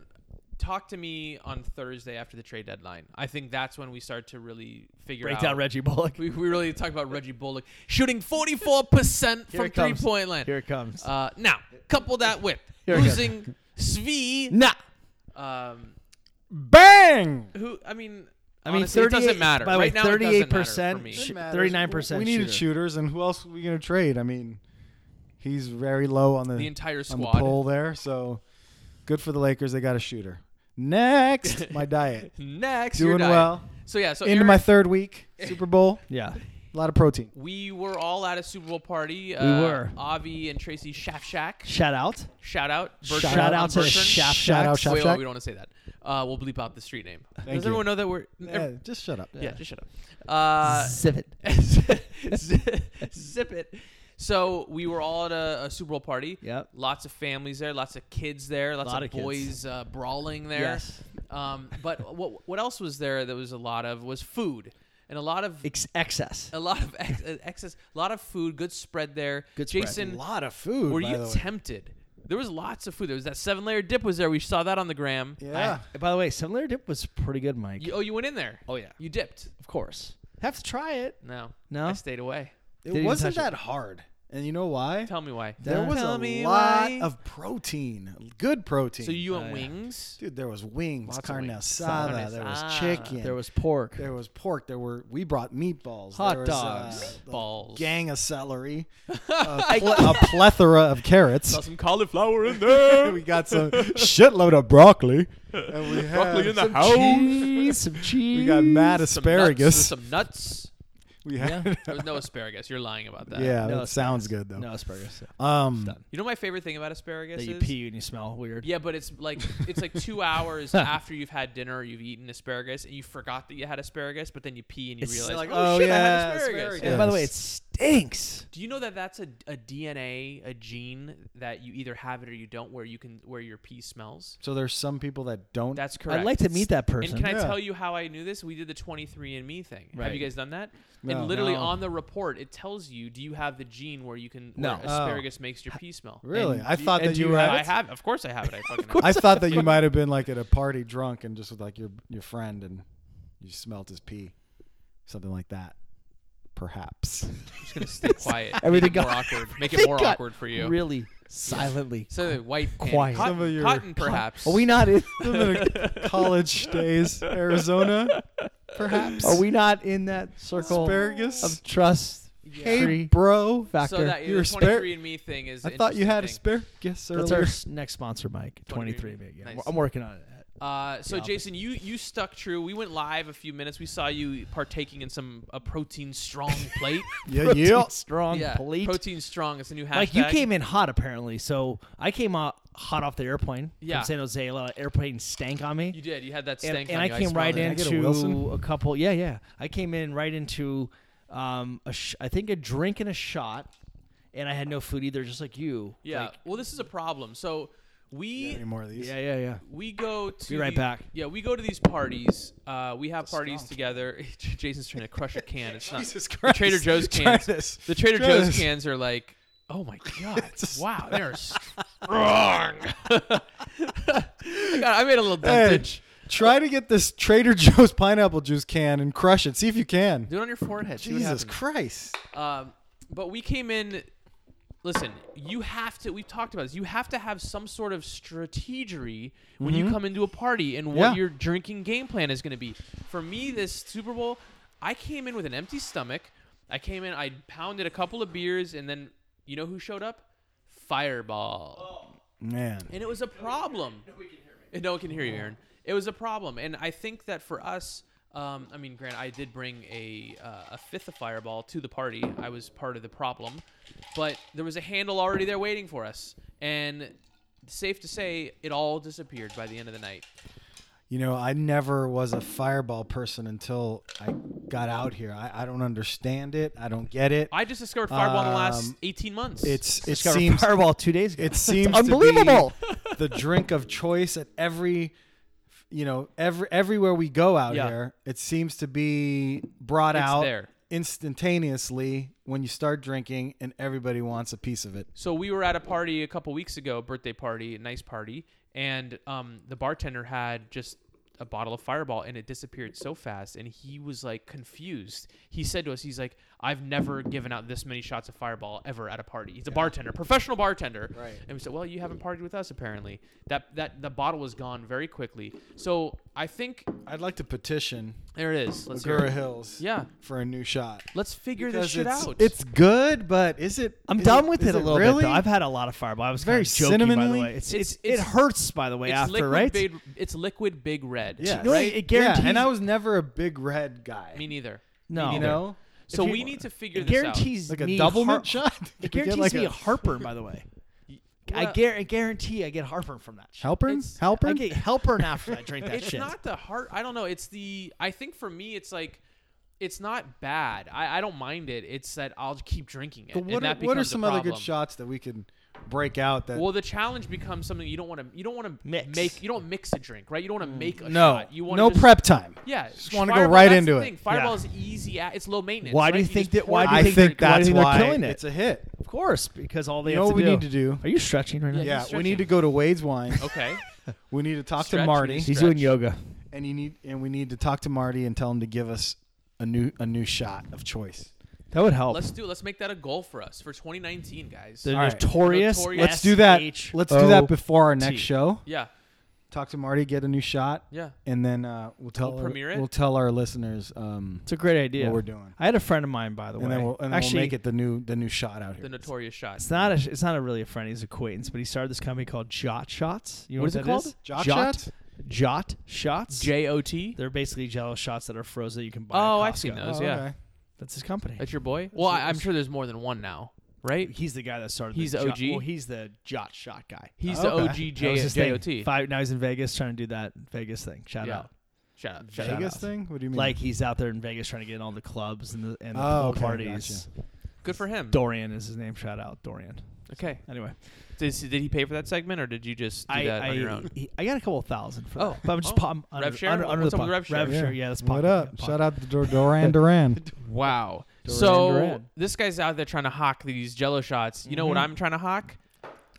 talk to me on Thursday after the trade deadline. I think that's when we start to really figure break out. down Reggie Bullock. <laughs> we, we really talk about Reggie Bullock shooting 44% Here from it comes. three point land. Here it comes. Uh, now, couple that with Here we go. losing Svi. nah. Um, Bang! who? I mean, I mean, honestly, it doesn't 38 matter. By the right way, now, it doesn't matter for me. 38%, sh- It matters. 39%. We needed shooter. shooters, and who else are we gonna trade? I mean, he's very low on the, The entire on the squad. poll there. So good for the Lakers. They got a shooter. Next, my diet Next, you're doing dying. well. So yeah, so Into Aaron, my third week, Super Bowl, Yeah. a lot of protein. we were all at a Super Bowl party. Uh, were. Avi and Tracy Shafshak. Shout out. Shout out. Bertrand Shout out on to Bertrand. Shaf- Shout out, Shop Wait, wait, Shack. we don't want to say that. Uh, we'll bleep out the street name. Does you. everyone know that we're? Yeah, just shut up. yeah, just shut up. Uh, Zip it. <laughs> zip it. So we were all at a, a Super Bowl party. Yep. Lots of families there, lots of kids there, lots Lot of, of kids. boys uh, brawling there. Yes. Um, but <laughs> what what else was there? That was a lot of was food and a lot of Ex- excess. a lot of ex- uh, excess, a lot of food. Good spread there. Good spread. Jason, A lot of food. were by the you way. tempted? There was lots of food. There was that seven layer dip was there. We saw that on the gram. yeah. By the way, similar dip was pretty good, Mike. You, oh, you went in there. oh, yeah. You dipped. Of course. Have to try it. No. No? I stayed away. Didn't it even wasn't touch it. that hard. And you know why? Tell me why. There was Tell a me lot why. of protein. Good protein. So you Oh, went yeah. wings. Dude, there was wings, Lots of carne wings. asada, Carne there was asada. chicken, There was pork. There was pork. There were we brought meatballs, Hot there was, uh, dogs. a Balls. gang <laughs> of celery, a, ple- a plethora of carrots. <laughs> some cauliflower in there. we got some shitload of broccoli, and we had in the some house. cheese. Some cheese. <laughs> we got mad <laughs> Some nuts. There's asparagus. Some nuts. We had There was no asparagus. You're lying about that. yeah, No that sounds good though. No asparagus. Um, done. You know my favorite thing about asparagus That you is. pee and you smell weird. Yeah, but it's like it's <laughs> like two hours after you've had dinner, or you've eaten asparagus, and you forgot that you had asparagus, but then you pee and you It's realize, like, oh, oh, shit, I had yeah, asparagus. asparagus. And by the Yes. way, it stinks. Do you know that that's a, a DNA, a gene that you either have it or you don't, where you can where your pee smells? so there's some people that don't. That's correct. I'd like to meet that person. And can I Yeah. tell you how I knew this? We did the 23andMe thing. Have Right. you guys done that? No. And literally No. on the report, it tells you, do you have the gene where you can No. where Oh. asparagus makes your pee smell? really, and I do- thought and that do you you had. I have, of course, I <laughs> have it. I fucking <laughs> I thought that you might have been like at a party drunk and just with like your your friend and you smelt his pee, something like that, <laughs> perhaps. I'm just <laughs> gonna stay quiet. Everything Make it more got- awkward. <laughs> Make it everything more got awkward for you. <laughs> Really silently. so the white and Quiet. Cotton, Some of your- cotton, perhaps. Are we not in? college days, Arizona, perhaps. <laughs> Are we not in that circle asparagus? of trust? hey, Free bro. factor. So that You're your a spare- 23andMe thing is. I thought you had interesting. asparagus That's earlier. our s- next sponsor, Mike. 23. 23 big. Yeah. Nice. I'm working on it. Uh, so Yeah. Jason, you you stuck true. We went live a few minutes. We saw you partaking in some a protein <laughs> strong plate. <laughs> <laughs> yeah, Protein yeah. Strong yeah, plate. protein strong. It's a new hashtag. Like you came in hot apparently, so I came out hot off the airplane Yeah. from San Jose. A lot of airplane stank on me. You did. You had that and, stank and on I you. came smelled right it. in- I get a into Wilson? a, couple. Yeah, yeah. I came in right into, um, a sh- I think a drink and a shot, and I had no food either, just like you. Yeah. Like, well, this is a problem. So we Any more of these? yeah, yeah, yeah. we go to Be right the- back. Yeah, we go to these parties. Uh, we have parties skunk. together. <laughs> Jason's trying to crush a can. It's not Jesus the Christ. Trader Joe's Try cans. this. The Trader Try Joe's this. cans are like, <laughs> oh my god, wow, they <laughs> are strong. I, got- I made a little Hey. dentage. Try to get this Trader <laughs> Joe's pineapple juice can and crush it. See if you can. Do it on your forehead. see what Jesus happens. Christ. Um, but we came in. Listen, you have to. We've talked about this. You have to have some sort of strategery when you come into a party and what Yeah. your drinking game plan is going to be. For me, this Super Bowl, I came in with an empty stomach. I came in. I pounded a couple of beers, and then you know who showed up? Fireball. Man. And it was a problem. No one can hear me. No one can hear you, Aaron. It was a problem, and I think that for us, um, I mean, Grant, I did bring a uh, a fifth of Fireball to the party. I was part of the problem, but there was a handle already there waiting for us, and safe to say, it all disappeared by the end of the night. You know, I never was a fireball person until I got out here. I, I don't understand it. I don't get it. I just discovered Fireball in the last Um, eighteen months. It's it Discovered seems Fireball two days <laughs> ago. it It's <laughs> seems to be unbelievable. <laughs> the drink of choice at every you know every everywhere we go out Yeah. here it seems to be brought It's out there. instantaneously when you start drinking and everybody wants a piece of it So we were at a party a couple weeks ago, birthday party, nice party, and um, the bartender had just a bottle of Fireball, and it disappeared so fast, and he was like confused. He said to us, "He's like, I've never given out this many shots of Fireball ever at a party. He's a bartender, professional bartender, Right. And we said, Well, you haven't partied with us apparently. That that the bottle was gone very quickly. So I think i'd like to petition there it is. Let's hear Gura it. Hills Yeah, for a new shot let's figure this shit it's, out. it's good but is it I'm is done with is it a little really? bit. Though. I've had a lot of Fireball. I was Very kinda joking, by the cinnamon-y. way. It's, It's- it's, it's- it hurts by the way It's after liquid right. big, it's liquid big red. yeah, No, right? it guarantees- yeah and i was never a big red guy me neither. no, you know So you- we need to figure it this out. guarantees like a me double har- mint <laughs> shot It You get guarantees like me a a heartburn by the <laughs> way. I, Well- guar- I guarantee I get heartburn from that. shit. helpern It's- I helpern get heartburn after I <laughs> drink that it's shit. not the heart i don't know it's the i think for me it's like it's not bad i, I don't mind it it's that i'll keep drinking it But and what are, that what are becomes a some other good problem. shots that we can break out that well the challenge becomes something you don't want to you don't want to Mix. make you don't mix a drink right you don't want to make a Mm. no shot you want no prep time yeah Just wanna go Fireball- right that's into the it. thing. fireball is easy at, it's low maintenance Why do right? you think just that- pour why it do you in. I think think they're- why do that's you think they're killing it? it's a hit Of course, because all they you have know what we do. need to do Are you stretching right now? Yeah. yeah, he's we need stretching. to go to Wade's wine <laughs> okay we need to talk Stretch, we to need Marty to He's doing Stretch. yoga. and you need and we need to talk to Marty and tell him to give us a new a new shot of choice That would help. let's do let's make that a goal for us for 2019 guys the All right. notorious. Notorious. let's do that SH. let's do that Oh. before our T. next show yeah talk to Marty get a new shot yeah and then uh, we'll tell We'll our, premiere it? we'll tell our listeners um, It's a great idea. what we're doing I had a friend of mine, by the way. and then we'll and then Actually, we'll make it the new the new shot out here the notorious shot <laughs> It's not a. It's not a really a friend. He's an acquaintance, but he started this company called Jot Shots. You know what, What is it that called? Jot Shots? Jot Shots. j-o-t They're basically Jello shots that are frozen that you can buy. at oh i've seen Costco. those Oh, yeah okay. That's his company. That's your boy. Well, I, I'm sure there's more than one now, right? He's the guy that started. He's the Jot- OG? well, he's the Jot Shot guy. He's the Oh, okay. OG That was J- his thing. JOT. Five, now he's in Vegas trying to do that Vegas thing. Shout Yeah. out. Shout out. Shout out. Vegas? Vegas thing what do you mean Like he's out there in Vegas trying to get in all the clubs and the and the Oh, pool okay, parties. Mm-hmm. Good for him. Dorian is his name. Shout out Dorian. Okay. Anyway, Did, did he pay for that segment or did you just do I that I, on <laughs> your own? he- I got a couple thousand for Oh, that. But I'm just oh. pop- I'm under, Rev share? under, under What's the up with pop- rev share? Rev share, yeah, that's what pocket, up? yeah, pocket. Shout out to <laughs> Dor- Doran Duran. Wow. Duran so Duran. this guy's out there trying to hawk these Jello shots. You know Mm-hmm. what I'm trying to hawk?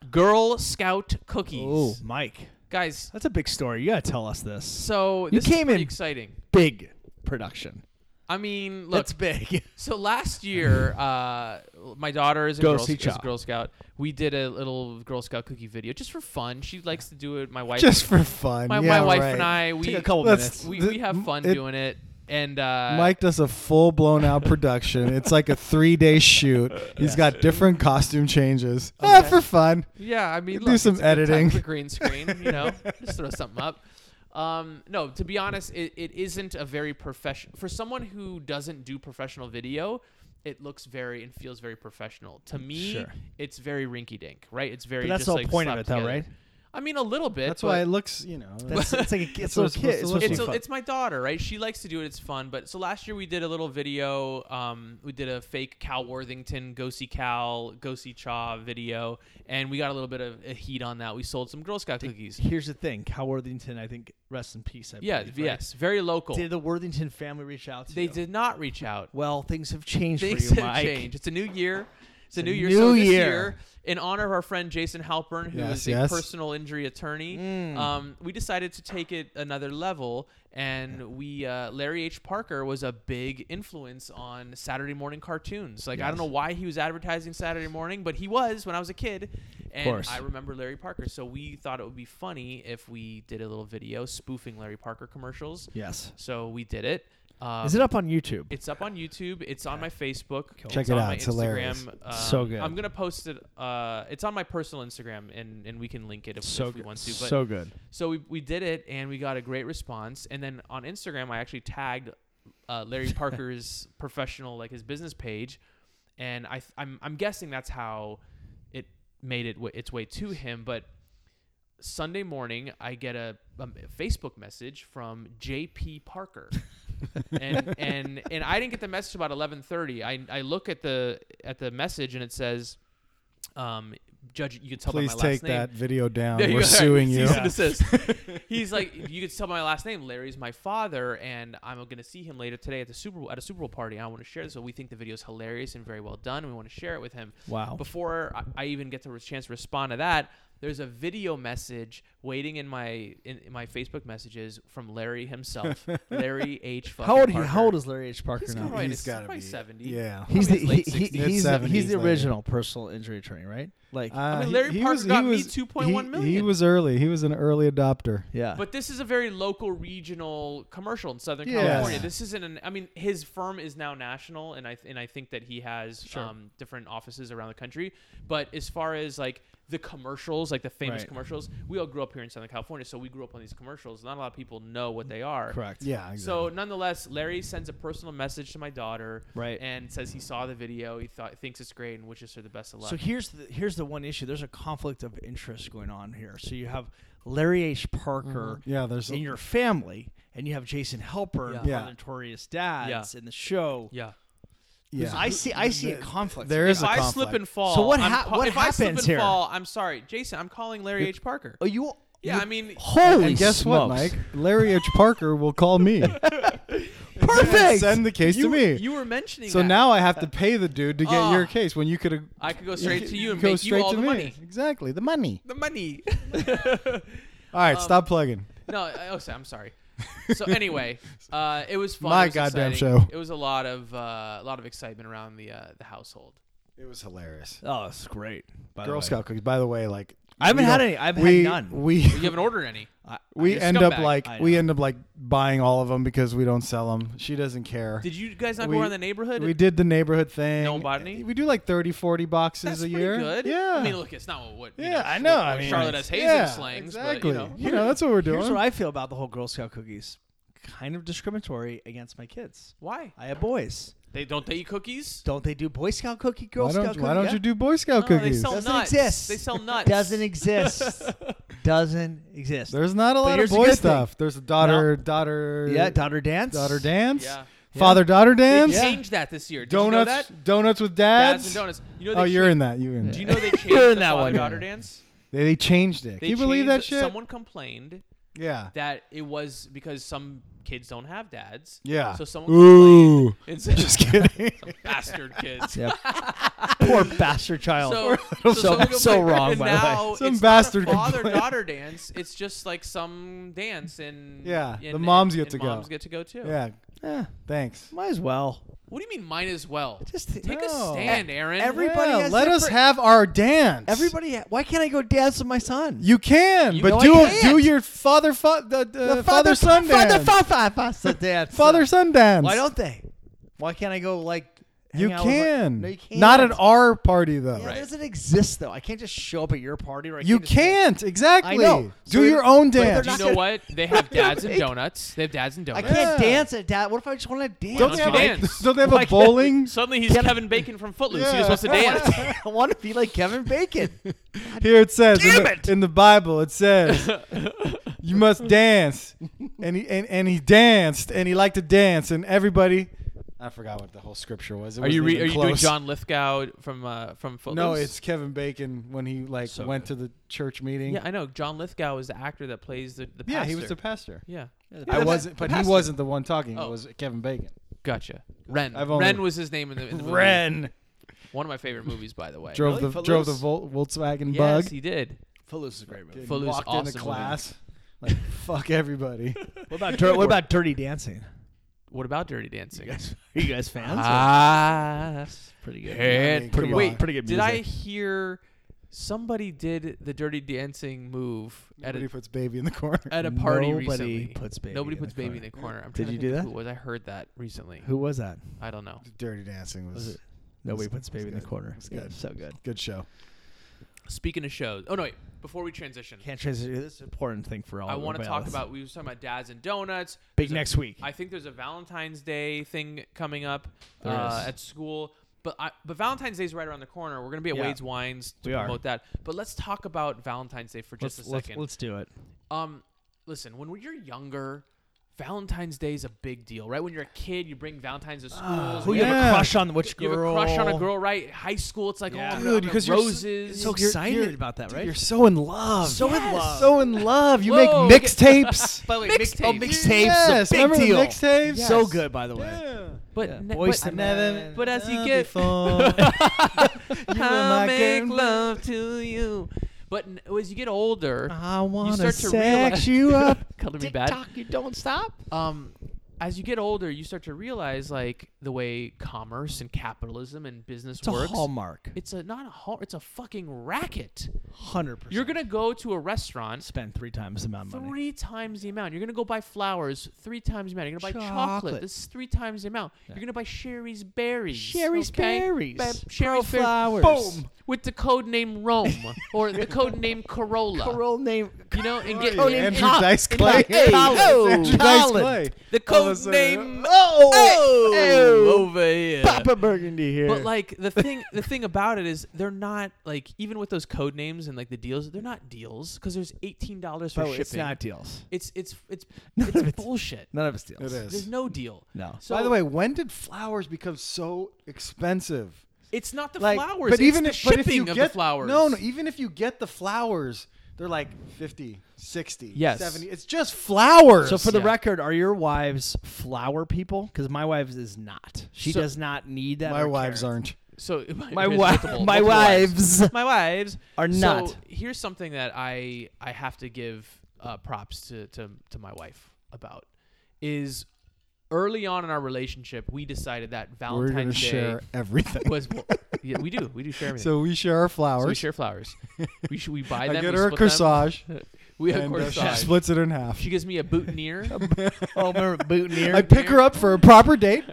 Girl Scout cookies, Oh, Mike, guys. that's a big story. You gotta tell us this. So You this is came pretty in- exciting. Big production. I mean, look. that's big. So <laughs> last year, uh, my daughter is a, Go Girl, see is a Cha. Girl Scout. We did a little Girl Scout cookie video just for fun. She likes to do it. My wife, Just for fun. my, yeah, my wife right. and I, we Take a couple minutes. That's- we, Th- we have fun it- doing it. And uh, Mike does a full <laughs> blown out production. it's like a three day shoot. He's got different costume changes. Ah, Okay. for fun. yeah, I mean, do look, some it's a good time editing. for green screen, <laughs> you know, just throw something up. Um, no, to be honest, it, it isn't a very professional for someone who doesn't do professional video. it looks very and feels very professional. To me, Sure. it's very rinky dink, right? It's very. But that's just the whole like point of slapped it, though, together. right? I mean, a little bit. That's but why it looks, <laughs> you know. That's, it's like a, it's That's a little what it's supposed kid. to It's supposed look to it's, be like. a, fun. it's my daughter, right? She likes to do it. It's fun. But so last year we did a little video. Um, we did a fake Cal Worthington go see Cal go see Cha video, and we got a little bit of a heat on that. We sold some Girl Scout cookies. Here's the thing, Cal Worthington. I think rest in peace. I Yeah, believe, right? yes, very local. Did the Worthington family reach out to they you? did not reach out. Well, things have changed Things for you, have Mike. changed. It's a new year. It's a a new year. new so this year. year. in honor of our friend Jason Halpern, who is Yes, a yes. personal injury attorney, Mm. um, we decided to take it another level. And we, uh, Larry H. Parker was a big influence on Saturday morning cartoons. Like I don't know why he was advertising Saturday morning, but he was when I was a kid. And course. I remember Larry Parker, so we thought it would be funny if we did a little video spoofing Larry Parker commercials. Yes. So we did it. Um, Is it up on YouTube? it's up on YouTube. It's on my Facebook. Check it on out. my It's hilarious. Instagram. Um, So good. I'm gonna post it. Uh, it's on my personal Instagram, and, and we can link it if, so if we good. want to. But so, so good. we we did it, and we got a great response. And then on Instagram, I actually tagged uh, <laughs> Larry Parker's professional, like his business page, and I th- I'm I'm guessing that's how it made it w- its way to him, but. Sunday morning, I get a, a Facebook message from J.P. <laughs> Parker, and and and I didn't get the message about 11:30. I I look at the at the message and it says, um, Judge, you could tell Please by my take last name. that video down. There you Um, We're go. <laughs> suing <laughs> you. Cease and desist. <laughs> He's like, you could tell by my last name. Larry's my father, and I'm gonna see him later today at the Super Bowl at a Super Bowl party. I want to share this. So we think the video is hilarious and very well done. We want to share it with him Oh. Wow. before I- I even get the re- chance to respond to that, there's a video message waiting in my in, in my Facebook messages from Larry <laughs> himself, Larry H. fucking How old? Parker. How old is Larry H. Parker He's now? probably in He's his- gotta probably be- 70. yeah. Uh, He's the, Probably he, his he, late he's, the, he's 70s the later. original personal injury attorney, right? Like, mean, Uh, Larry he- he Parker was- got he me was- 2.1 he- He million. was early. He was an early adopter. yeah. But this is a very local, regional commercial in Southern Yes. California. This isn't an. I mean, his firm is now national, and I th- and I think that he has Sure. um, different offices around the country. But as far as like the commercials, like the famous Right. commercials, we all grew up here in Southern California, so we grew up on these commercials. Not a lot of people know what they are. correct. Yeah, So exactly. nonetheless, Larry sends a personal message to my daughter, Right. and says he saw the video. He thought thinks it's great and wishes her the best of luck. So here's the here's the one issue. There's a conflict of interest going on here. So you have Larry H. Parker yeah, there's a- in your family, and you have Jason Helper, Mm-hmm. Yeah. one of Yeah. the notorious dads in the show. yeah. yeah. I see. I see a conflict. There is if a I conflict. slip and fall, So what I'm hap- ca- what if I slip happens and here? fall, I'm sorry, Jason. I'm calling Larry H. Parker. Oh, you. Yeah, you- I mean, <laughs> holy. And guess what, smokes. Mike? Larry H. Parker will <laughs> call me. Perfect. Send the case you, to were- me. You were mentioning so that. now I have to pay the dude to get Ah. your case when you could have. I could go straight to <laughs> you and go make you straight all to the me. money. Um, Exactly, the money. The money. <laughs> All right, Um, stop plugging. no, I- oh, so- I'm sorry. <laughs> So anyway, uh, it was fun. My it was goddamn exciting. show. It was a lot of uh, a lot of excitement around the uh, the household. It was hilarious. Oh, it's great. By the Girl way. Scout cookies. By the way, like I haven't we had don't- any. I've we, had none. We You haven't ordered any. I, we You're a end up scumbag. I like know. we end up like buying all of them because we don't sell them. She doesn't care. Did you guys not We- go around the neighborhood? we did the neighborhood thing. No one bought any? We do like 30, 40 boxes That's a pretty year. good. Yeah. I mean, look, it's not what, what you yeah, know, I what- know. what I mean, Charlotte has Hazen yeah, slangs, Exactly. but you know, that's what we're doing. here's what I feel about the whole Girl Scout cookies. Kind of discriminatory against my kids. why I have boys. they don't they eat cookies? Don't they do Boy Scout cookie, Girl why Scout don't, cookie? why don't Yeah. you do Boy Scout No, cookies? They sell Doesn't nuts. exist. They sell nuts. Doesn't <laughs> exist. <laughs> Doesn't exist. There's not a lot here's of the boy good stuff. There's a daughter, daughter, yeah, daughter dance. daughter dance, Yeah. father daughter They dance, changed that this year. Did you know donuts, that? donuts with Dads dads. and donuts. You know they oh, you're cha- in that. You're in. Do that. you know <laughs> they changed You're the in that one. father-daughter dance? They, they changed it. They Can you believe changed- that shit? Someone complained yeah. that it was because some kids don't have dads. Yeah. So someone complained Ooh. and said, <laughs> Just kidding. <laughs> "Bastard kids." Yeah. <laughs> Poor bastard child. So, so, so, <laughs> someone so complained- wrong, and by the way. now Some it's bastard not a father complained. daughter dance. It's just like some dance and Yeah, the and- moms get and to go. moms get to go too. yeah. Eh, Thanks. might as well. What do you mean? Might as well. Just Take a No. E stand, Aaron. Every- Everybody yeah, has let us different- have our dance. <laughs> Everybody, why can't I go dance with my son? You can, You know but I do can't. do your father fa- the, the, uh, father son father, dance. father, father, father dance. Father son dance. Why don't they? Why can't I go like hang You out with my- can. no, you can't. Not at our party though. Yeah, Right. that doesn't exist though. I can't just show up at your party. Or I You can't just say- can't exactly. I know. Do So your it- own but they're dance. Do you not know gonna- what? They <laughs> have gonna dads and make- donuts. They have dads and I donuts. can't Yeah. dance at dad. What if I just want to dance? Don't you I have like- dance? <laughs> Don't they have Why a can't- bowling? Suddenly he's Can I- Kevin Bacon from Footloose. He Yeah. just wants to <laughs> dance. I want to be <laughs> like Kevin <laughs> Bacon. Here it says in Damn the, it! in the Bible it says <laughs> you must dance, and he and, and he danced and he liked to dance and everybody. I forgot what the whole scripture was. It Are you wasn't re- even are you doing close. John Lithgow from uh, from Footloose? No, it's Kevin Bacon when he like So went to the church meeting. yeah, I know. John Lithgow is the actor that plays the the Yeah, he was pastor. the pastor. yeah. Yeah, I the- wasn't, the but he pastor. wasn't the one talking. It Oh. was Kevin Bacon. Gotcha. Ren. I've only- Ren was his name in the, in the movie. Ren One of my favorite movies, by the way. drove Really? the drove the Footloose? Vol- Volkswagen yes, bug. he did. Footloose is a great movie. Fucking Footloose, walked awesome into movie. class, like <laughs> fuck <laughs> everybody. What about dir- what about Dirty Dancing? What about Dirty Dancing? Are you guys fans? Ah, pretty good. head. Pretty good- Wait, pretty good Did I music. hear somebody did the Dirty Dancing move at Nobody a, puts baby in the corner. at a party Nobody recently? puts baby Nobody in puts the baby corner. in the corner. I'm Did trying to you think do of that? Who it was I heard that recently? Who was that? I don't know. <laughs> Dirty Dancing was, Was it Nobody puts baby in the good. corner. It's Yeah, good. So good. good show. Speaking of shows, oh no, wait. Before we transition, Can't transition. This is an important thing for all. I want to everybody talk else. about. We were talking about dads and donuts. big There's a- next week. I think there's a Valentine's Day thing coming up There uh, is. at school. But I, but Valentine's Day is right around the corner. We're gonna be at Yeah. Wade's Wines to We are. promote that. But let's talk about Valentine's Day for just let's, a let's- 2nd Let's, do it. um, listen, when you're younger, Valentine's Day is a big deal, right? When you're a kid, you bring Valentine's to school. Who yeah. you have a crush on? Which You girl? have a crush on a girl, right? High school, it's like, Yeah. oh, I'm Dude, gonna- because you're so- roses. So You're- excited you're- about that, Dude, right? You're so in love. So in Yes. love. So in love. You make Whoa, okay. mixtapes. By the way, mix, Mixtapes. oh, <laughs> mixtapes. Yes, a big remember the deal. mixtapes? So Yes. good, by the way. Yeah. but, Yeah. ne- Voice but, to never but as <laughs> you done get, before. <laughs> You were I my make girl. love to you. But n- as you get older, I wanna start to realize- <laughs> sex <laughs> you up. color me bad. you don't stop. um, as you get older, you start to realize like the way commerce and capitalism and business It's a works. hallmark. It's a not a hall. It's a fucking racket. Hundred percent. You're gonna go to a restaurant spend three times the amount of money. three times the amount. You're gonna go buy flowers three times the amount. You're gonna buy chocolate. Chocolate. This is three times the amount. Yeah. You're gonna buy Sherry's berries. Sherry's okay? berries. Ba- Pro Sherry's berries. flowers. Boom. With the code <laughs> name Rome or the code name Corolla. Corolla name. You know, and get Oh, and- Andrew and- Dice and- Clay. Hey, Oh, Andrew Andrew Dice Clay. The All of a code sudden, name Oh, oh, oh, over here. Papa Burgundy here. But like the thing, the thing about it is they're not like even with those code names and like the deals, they're not deals because there's eighteen dollars for Oh, By the way, shipping. it's not deals. It's it's it's, None it's of it's- bullshit. None of it's deals. It is. There's no deal. No. So By the way, when did flowers become so expensive? it's not the like, flowers. but it's even the if, shipping but if you of get the flowers. no, no, even if you get the flowers, they're like 50, 60, Yes. 70. It's just flowers. So for the Yeah. record, are your wives flower people? Because my wife is not. She So- does not need that. my or wives care. aren't. So <laughs> My there's wife. multiple- my multiple wives <laughs> My wives are So not. here's something that I I have to give uh, props to, to to my wife about is early on in our relationship we decided that We're Valentine's gonna Day share everything. was yeah we do we do share everything. So we share our So we flowers. share flowers. we should we buy I them. get we her a split them. corsage, <laughs> We have and a uh, she corsage. splits it in half. She gives me a <laughs> boutonniere. oh, remember boutonniere? I pick her up for a proper date.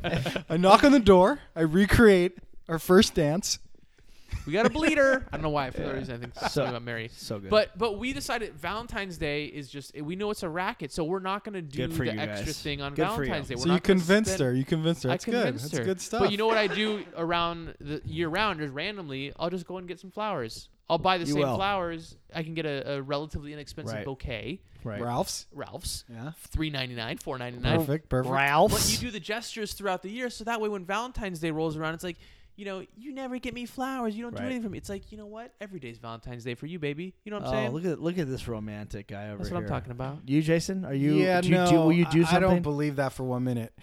I knock on the door. I recreate our first dance. <laughs> we got a bleeder. I don't know why for the reason I think So- something about Mary. so good. But but we decided Valentine's Day is just we know it's a racket, so we're not gonna do Good for the you extra guys. thing on Good for you. Valentine's Day. We're so you not gonna convinced spend- her. You convinced her. I It's good. convinced It's her. good stuff. But you know what I do around the year round is randomly I'll just go and get some flowers. I'll buy the You same will. flowers. I can get a, a relatively inexpensive Right. bouquet, right. Ralph's. Ralph's, Yeah. three ninety nine, four ninety nine. Perfect. Perfect. But you Ralph's. do the gestures throughout the year, so that way when Valentine's Day rolls around, it's like, you know, you never get me flowers. You don't do Right. anything for me. It's like, you know what? Every day's Valentine's Day for you, baby. You know what I'm oh, saying? look at look at this romantic guy over That's here. what I'm talking about. You, Jason? Are you? yeah, do you no, do, will you do I, I something? don't believe that for one minute.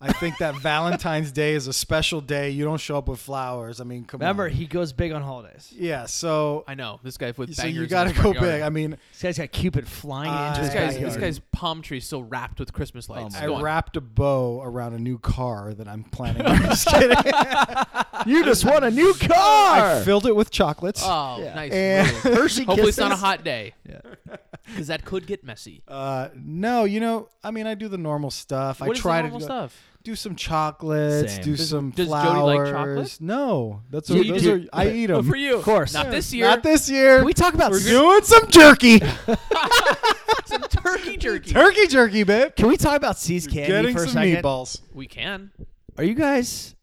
I think <laughs> that Valentine's Day is a special day. You don't show up with flowers. I mean, come Remember, on. he goes big on holidays. yeah, so I know this guy with so bangers. you in got to his go front yard. big. I mean, This guy's got Cupid flying into This his I- guy's this backyard. guy's palm tree is so wrapped with Christmas lights. my I Go on. wrapped a bow around a new car that I'm planning. on <laughs> just kidding. you just want a new car. I filled it with chocolates. Oh, Yeah. nice. And- move. <laughs> Hershey Hopefully, it's not a kisses. hot day. Yeah. because that could get messy. Uh, no, you know, I mean, I do the normal stuff. What I is try the normal to do, stuff? do some chocolates, Same. do Does- some does flowers. Jody like chocolate? No, that's You what, eat those it? are, I eat Oh, them. for you, Of course. Not this year. Not this year. Can we talk about We're s- doing some jerky, <laughs> Some <laughs> turkey jerky. turkey jerky, babe. Can we talk about See's candy Getting for a some second? meatballs. we can. Are you guys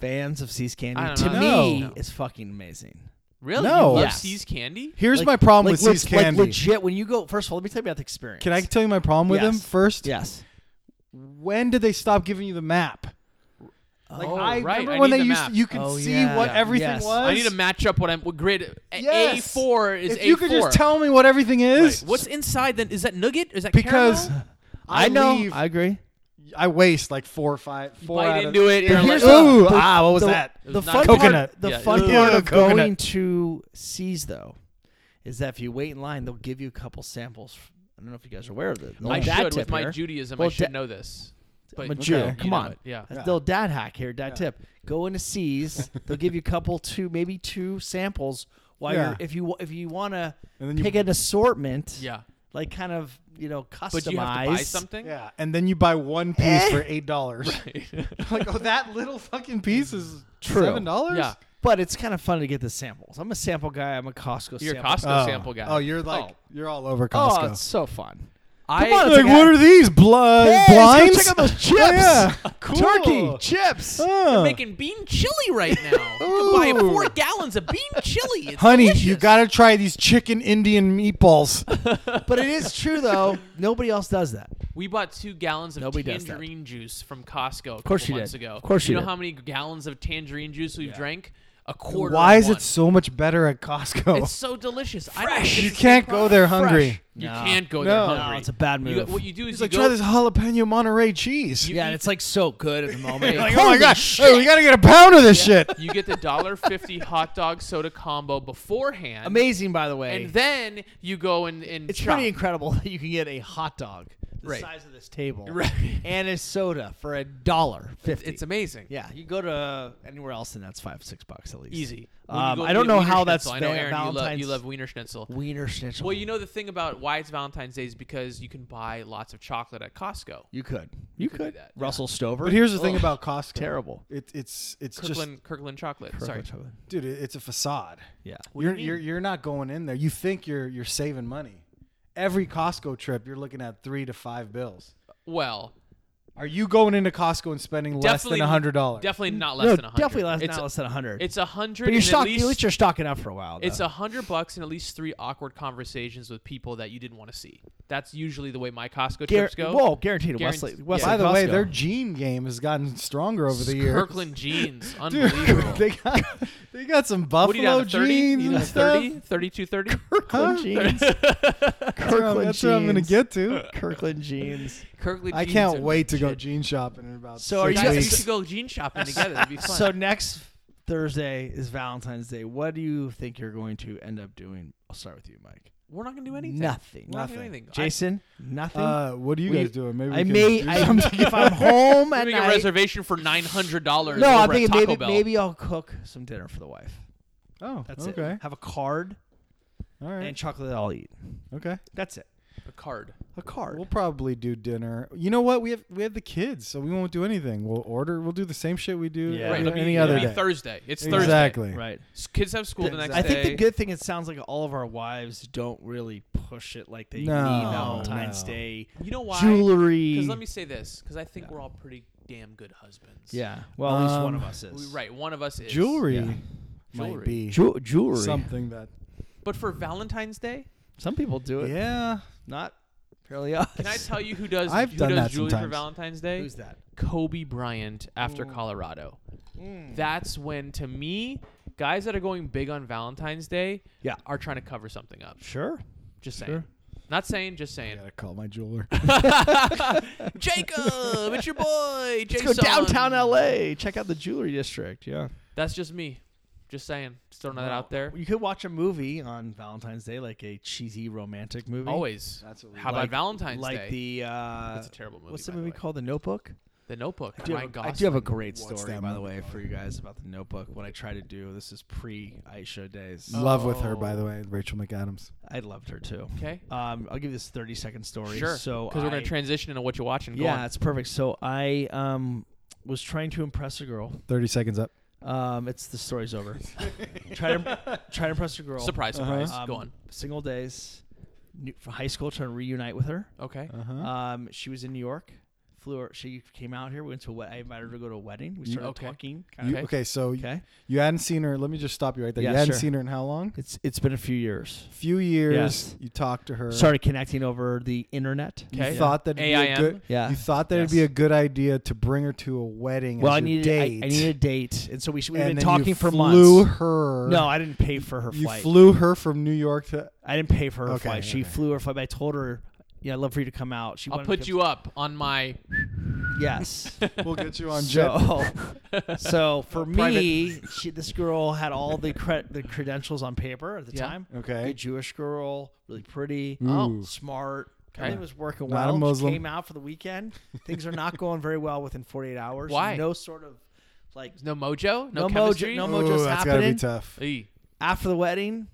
fans of See's candy? I don't to know. me, No. it's fucking amazing. Really? No. You love Yes. See's candy? Here's Like- my problem like, with le- these candy. Like legit, when you go, first of all, let me tell you about the experience. Can I tell you my problem with them Yes. first? Yes. When did they stop giving you the map? Like Oh, I right. remember I when need they the used map. you could Oh, see yeah. what Yeah. everything Yes. was. I need to match up what I'm what grid. A- Yes. A4 is If A4. you could just tell me what everything Right. is, What's inside then? Is that nugget? Is that because caramel? I, know. leave- I agree. I waste like four or five. You Four bite out into of, it. But You're like, here's Ooh, the- "Oh, the- ah, what was the- that? It was The not fun good. part, Coconut. the Yeah, it fun was- part of Ew, coconut. going to See's though, is that if you wait in line, they'll give you a couple samples. I don't know if you guys are aware of this. I Little dad should tip with my here. Judaism. I Well, should da- know this. But But you Jew, know come on. it, Yeah. That's Yeah. little dad hack here, dad Yeah. tip. Go into See's. They'll give you a couple, two, maybe two samples. While Yeah. you're, if you if you want to And then you pick an assortment, Yeah. like kind of you know customized. But you have to buy something? Yeah, and then you buy one piece Eh. for eight dollars. <laughs> like, oh, that little fucking piece is True. seven dollars. Yeah. But it's kind of fun to get the samples. I'm a sample guy. I'm a Costco. You're a sample. Costco Oh. sample guy. Oh, you're like Oh. you're all over Oh, Costco. it's so fun. I, Come on, it's like, like, what are these blood Hey, blinds? Oh, let's go check out those chips. <laughs> yeah. Cool. Ah. Turkey chips. Huh. making bean chili right now. you can buy Ooh. four gallons of bean chili. It's Honey, you delicious. gotta try these chicken Indian meatballs. But it is true though. Nobody else does that. We bought two gallons of Nobody does that. tangerine juice from Costco a of course couple you months did. ago. Of course you know did. how many gallons of tangerine juice we've drank? A <laughs> quarter. Why of is one. it so much better at Costco? It's so delicious. I don't think Oh. you it's the can't same go product. there hungry. You No. can't go No. there No, hungry. it's a bad You move. go- what you do is He's you like, go, try this jalapeno Monterey cheese. You yeah, eat- and it's like so good at the moment. like, oh Holy my gosh, shit. hey, we gotta get a pound of this shit. you get the dollar fifty hot dog soda combo beforehand. Amazing, by the way. And then you go and, and it's chop. pretty incredible <laughs> that you can get a hot dog the Right. size of this table Right. and a soda for a dollar fifty. It's amazing. yeah, you go to anywhere else and that's five, six bucks at least. Easy. When you Um, go I to don't get know Wiener how Schnitzel. that's I know, Val- Aaron, you love, Valentine's you love Wiener Schnitzel. wiener schnitzel. Well, you know the thing about why it's Valentine's Day is because you can buy lots of chocolate at Costco. you could, you could do could. that, yeah. Oh. Russell Stover. But here's the thing about Costco. terrible. It, it's it's Kirkland, Kirkland chocolate. Perfect Sorry. chocolate. just dude. it- It's a facade. Yeah. do you You're, mean? you're you're not going in there. You think you're you're saving money. Every Costco trip, you're looking at three to five bills. Well, Are you going into Costco and spending less definitely than a hundred dollars? Definitely not less no, than a hundred. definitely less, It's not less than hundred. It's a hundred. But you're and at stocking. At least least you're stocking up for a while. Though. it's a hundred bucks and at least three awkward conversations with people that you didn't want to see. That's usually the way my Costco Guar- trips go. Whoa, guaranteed. Guaran- Wesley, yeah. Wesley By the way, Costco. their gene game has gotten stronger over the years. Kirkland jeans, Dude, <laughs> unbelievable. they got they got some what are you down buffalo to 30? jeans You down and to stuff. 30? 32, 30? Kirkland jeans. <laughs> That's where I'm- Kirkland that's where I'm gonna jeans. get to. Kirkland jeans. Kirkland I jeans can't are wait to go legit. jean shopping in about So are six you Guys, we guys- weeks. should go jean <laughs> shopping together. That'd be fun. So next Thursday is Valentine's Day. What do you think you're going to end up doing? I'll start with you, Mike. We're not gonna do anything. Nothing. We're not gonna do Nothing. anything. I- Jason, nothing. Uh, what are you Will guys you- doing? Maybe we I can may. do I, <laughs> something. if I'm home I'm at doing a night. reservation for nine hundred dollars. No, I'm over at thinking Taco maybe Bell. maybe I'll cook some dinner for the wife. <laughs> Oh, That's okay. it. Have a card All right. and chocolate. that I'll eat. okay. That's it. a card. A card. We'll probably do dinner. You know what? We have we have the kids, so we won't do anything. We'll order. We'll do the same shit we do Yeah. every- Right. It'll be, any it'll other be day. Thursday. It's Exactly. right. Thursday. Kids have school the next I day. think the good thing it sounds like all of our wives don't really push it like they No, need Valentine's no. Day You know why? jewelry. Because let me say this, because I think we're all pretty damn good husbands. yeah. Well, at least one of Um, us is. We, right. One of us is Jewelry Yeah. might Jewelry. be Jew- jewelry. something that. But for Valentine's Day, Some people do it. Yeah. Not apparently us. can I tell you who does I've who done does that jewelry for sometimes. Valentine's Day? Who's that? Mm. Kobe Bryant after Colorado. That's when, to me, guys that are going big on Valentine's Day Yeah. are trying to cover something up. Sure. Just saying. Sure. Not saying, just I saying. gotta call my jeweler. <laughs> Jacob, it's your boy. <laughs> Jason. Let's go downtown LA. Check out the jewelry district. Yeah. That's just me. Just saying. Just throwing that out there. You could watch a movie on Valentine's Day, like a cheesy romantic movie. Always. That's what we How about Like- Valentine's like Day? the uh, That's a terrible movie. what's the by the movie way. called? The Notebook. The Notebook. I do, Ryan have, a- I Gosling. do have a great What's story, that by the movie way, for you guys about the Notebook. What I try to do. This is pre Aisha days. Love with her, by Oh. the way, Rachel McAdams. I loved her too. Okay. Um, I'll give you this thirty second story. Sure. So because we're gonna I- transition into what you're watching. Go Yeah, on. it's perfect. So I um was trying to impress a girl. Thirty seconds up. Um, it's the story's over. try to try to impress a girl. Surprise, Uh-huh. surprise. Go Um, on. Single days, new, for high school, trying to reunite with her. Okay. Uh-huh. Um, she was in New York. Flew. Her, she came out here. We went to a wed- I invited her to go to a wedding. We You- started Okay. talking. You- Kind okay. okay. so of, okay. you hadn't seen her. Let me just stop you right there. Yeah, you hadn't sure. seen her in how long? It's it's been a few years. Few years. Yes. You talked to her. Started connecting over the internet. You Okay. thought that it'd be a AIM. good. Yeah. You thought that it'd Yes. be a good idea to bring her to a wedding. well, I as your needed I, date. I needed a date, and so we should, we've and been then talking you for flew months. Her. <laughs> No, I didn't pay for her you flight. flew her from New York to. I didn't pay for her Okay, flight. She okay. flew her flight. But I told her, "Yeah, I'd love for you to come out." She I'll wanted put to you up on my. come- <laughs> Yes. We'll get you on jet. <laughs> so, <laughs> so for Private. me, she, this girl had all the cre- the credentials on paper at the Yeah. time. Okay. Good Jewish girl, really pretty, Oh. smart. Okay. Everything was working Not a well. She Muslim. came out for the weekend. Things are not going very well within 48 hours. Why? No sort of like No mojo. No, No mojo- chemistry. no mo- Ooh, mojo's that's gotta be happening. tough. Eey. after the wedding.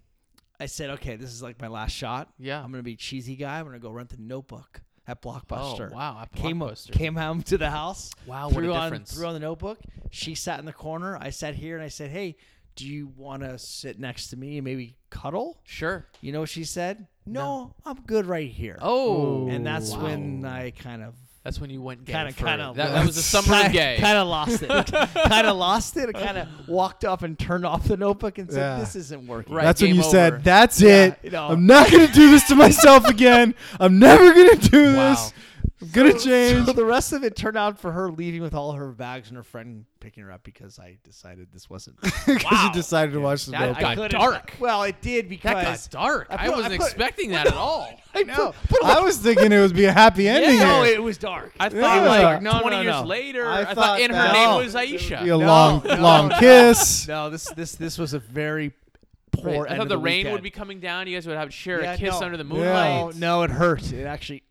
I said, okay, this is like my last shot. Yeah. I'm gonna be a cheesy guy. I'm gonna go rent the Notebook at Blockbuster. Oh wow. A Came blockbuster. came home to the house. Wow, what a threw on- difference. threw on the Notebook. She sat in the corner. I sat here and I said, hey, do you want to sit next to me and maybe cuddle? Sure. You know what she said? No, I'm good right here. Oh. and that's wow. when I kind of That's when you went gay. kind of for kind it. of That, that was the <laughs> summer of gay. Kind of lost it. <laughs> kind of lost it. I kind of walked up and turned off the Notebook and said, Yeah. this isn't working. <laughs> Right. That's when game you over. said, "That's Yeah, it. you know. I'm not gonna do this to myself again. I'm never gonna do Wow. this. I'm <laughs> gonna change." <laughs> So the rest of it turned out for her leaving with all her bags and her friend picking her up because I decided this wasn't. <laughs> Because <laughs> Wow. you decided to watch the That- Notebook. I got couldn't- dark. Well, it did because that got dark. I, I put- I wasn't put- expecting that at all. I <laughs> know. I was thinking it would be a happy ending. Oh, no, here. it was dark. I thought Yeah. like No, 20 no, years no. later. I, I thought, thought and her that- name No. was Aisha. be a No, long, no, long no. kiss. no, this this this was a very poor. Right. end I of thought the, rain weekend. would be coming down. You guys would have share Yeah, a kiss no. under the No, moonlight. no, it hurt. It actually.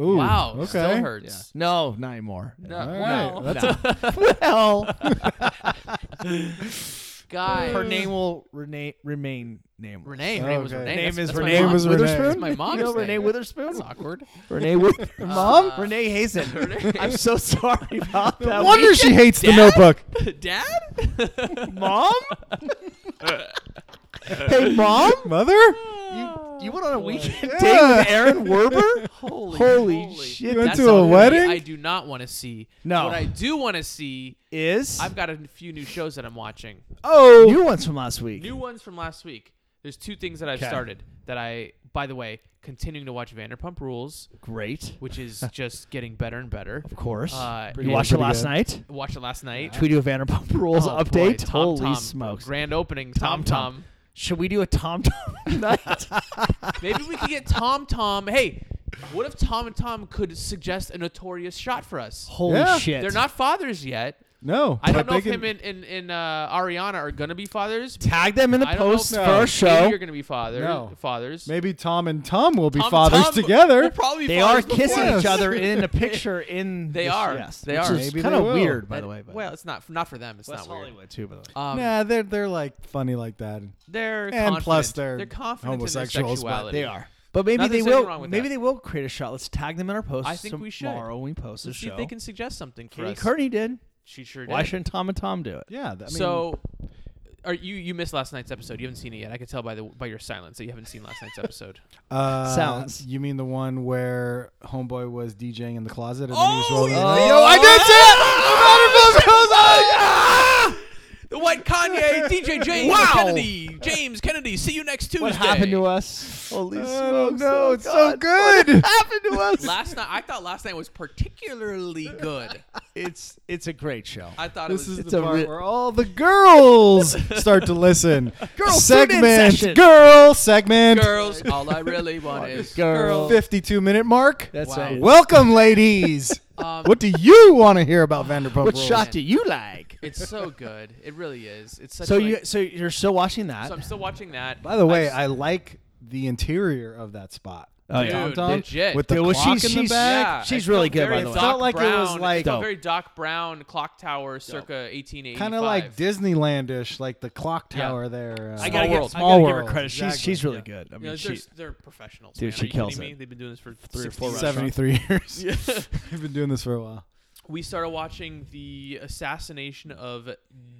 Ooh, Wow. Okay. Still hurts. No, not anymore. No, All right. well, <laughs> That's No. a, well, guy. her name will remain remain nameless. Mm. Renee. Her name was Okay. Renee. Name That's- is that's my Renee. mom. Name is Renee. That's my mom's You know Renee name. That's Witherspoon. awkward. Renee with Her mom? <laughs> Uh, Renee Hazen. <laughs> Renee. I'm so sorry about no that. wonder she hates the Dad? <laughs> Notebook. Dad? mom. hey, mom. <laughs> Mother? You went on a weekend Yeah. date with Aaron <laughs> Werber? <laughs> Holy, Holy shit, You went That's to a something wedding? I do not want to see. No. What I do want to see, Is I've got a few new shows that I'm watching. Oh, new ones from last week. New ones from last week. There's two things that I've 'Kay. started that I, by the way, continuing to watch Vanderpump Rules, Great, <laughs> which is just getting better and better. of course. Uh, you Pretty watched it good, pretty last good. night. Watched it last night. Should we do a Vanderpump <laughs> Rules Oh, boy, update? Tom Holy Tom. smokes! Grand opening. Tom Tom Tom. Should we do a Tom Tom <laughs> <laughs> night? Maybe we could get Tom Tom. Hey, what if Tom and Tom could suggest a notorious shot for us? Holy Yeah. shit! They're not fathers yet. no. I but don't know they if can- him and, and, and uh, Ariana are gonna be fathers. Tag them in the I don't know posts if- for our Maybe show. you're gonna be father. No. Fathers. Maybe Tom and Tom will be Tom and fathers Tom will together. probably be They are fathers before kissing us. each other in <laughs> a picture. In They this- are. yes, They which are. Is Maybe kind they of will. weird, by the way. But Well, it's not not for them. It's West not weird. Hollywood too, by the way. Um, nah, they're they're like funny like that. They're And confident. plus they're confident homosexuals, in but their sexuality. They are. But maybe Nothing's they anything will. wrong with maybe that. they will create a shot. Let's tag them in our posts. I think we should. Tomorrow when we post the Let's see show. if they can suggest something for Katie us. Kearney did. She sure did. Why shouldn't Tom and Tom do it? Yeah. th- I mean, so, are you you missed last night's episode? You haven't seen it yet. I could tell by the by your silence that you haven't seen last night's episode. uh, sounds. You mean the one where Homeboy was DJing in the closet and then he was Oh, rolling? yeah. around? Yo, I did see it! the white Kanye, <laughs> DJ James "Ah!" Wow. Kennedy, James Kennedy. See you next Tuesday. What happened to us? Holy I don't smokes! know, oh it's so God. good. What happened to <laughs> us? Last night, I thought last night was particularly good. it's it's a great show. I thought This it was. is it's the a part re- where all <laughs> the girls start to listen. Girl tune-in segment, session. girl segment, <laughs> Girls, all I really want is Girl. fifty-two minute mark. That's Wow. right. <laughs> Welcome, ladies. Um, what do you want to hear about Vanderpump What Rules? shot do you like? It's so good. It really is. It's such So like- you so you're still watching that? So I'm still watching that. By the way, I, I like the interior of that spot. Oh, Dude, yeah. Tom Tom legit. with the Yeah, well, clock she's- in the she's- back. Yeah, she's it really felt good, very by the way. Doc Felt like it was Brown- like- it felt Dope. very Doc Brown clock tower, circa 1885. Kind of like Disneylandish, like the clock Yeah. tower there. Uh, I I gotta gotta, Small give, I World. Small gotta give her World, credit. She's exactly. she's really Yeah. good. I You know, mean, they're, she, they're professionals. Dude, man. she Are you kidding kills me? it. They've been doing this for Three or 60 four years. restaurants. <laughs> 73 years. <laughs> Yeah. I've been doing this for a while. we started watching the assassination of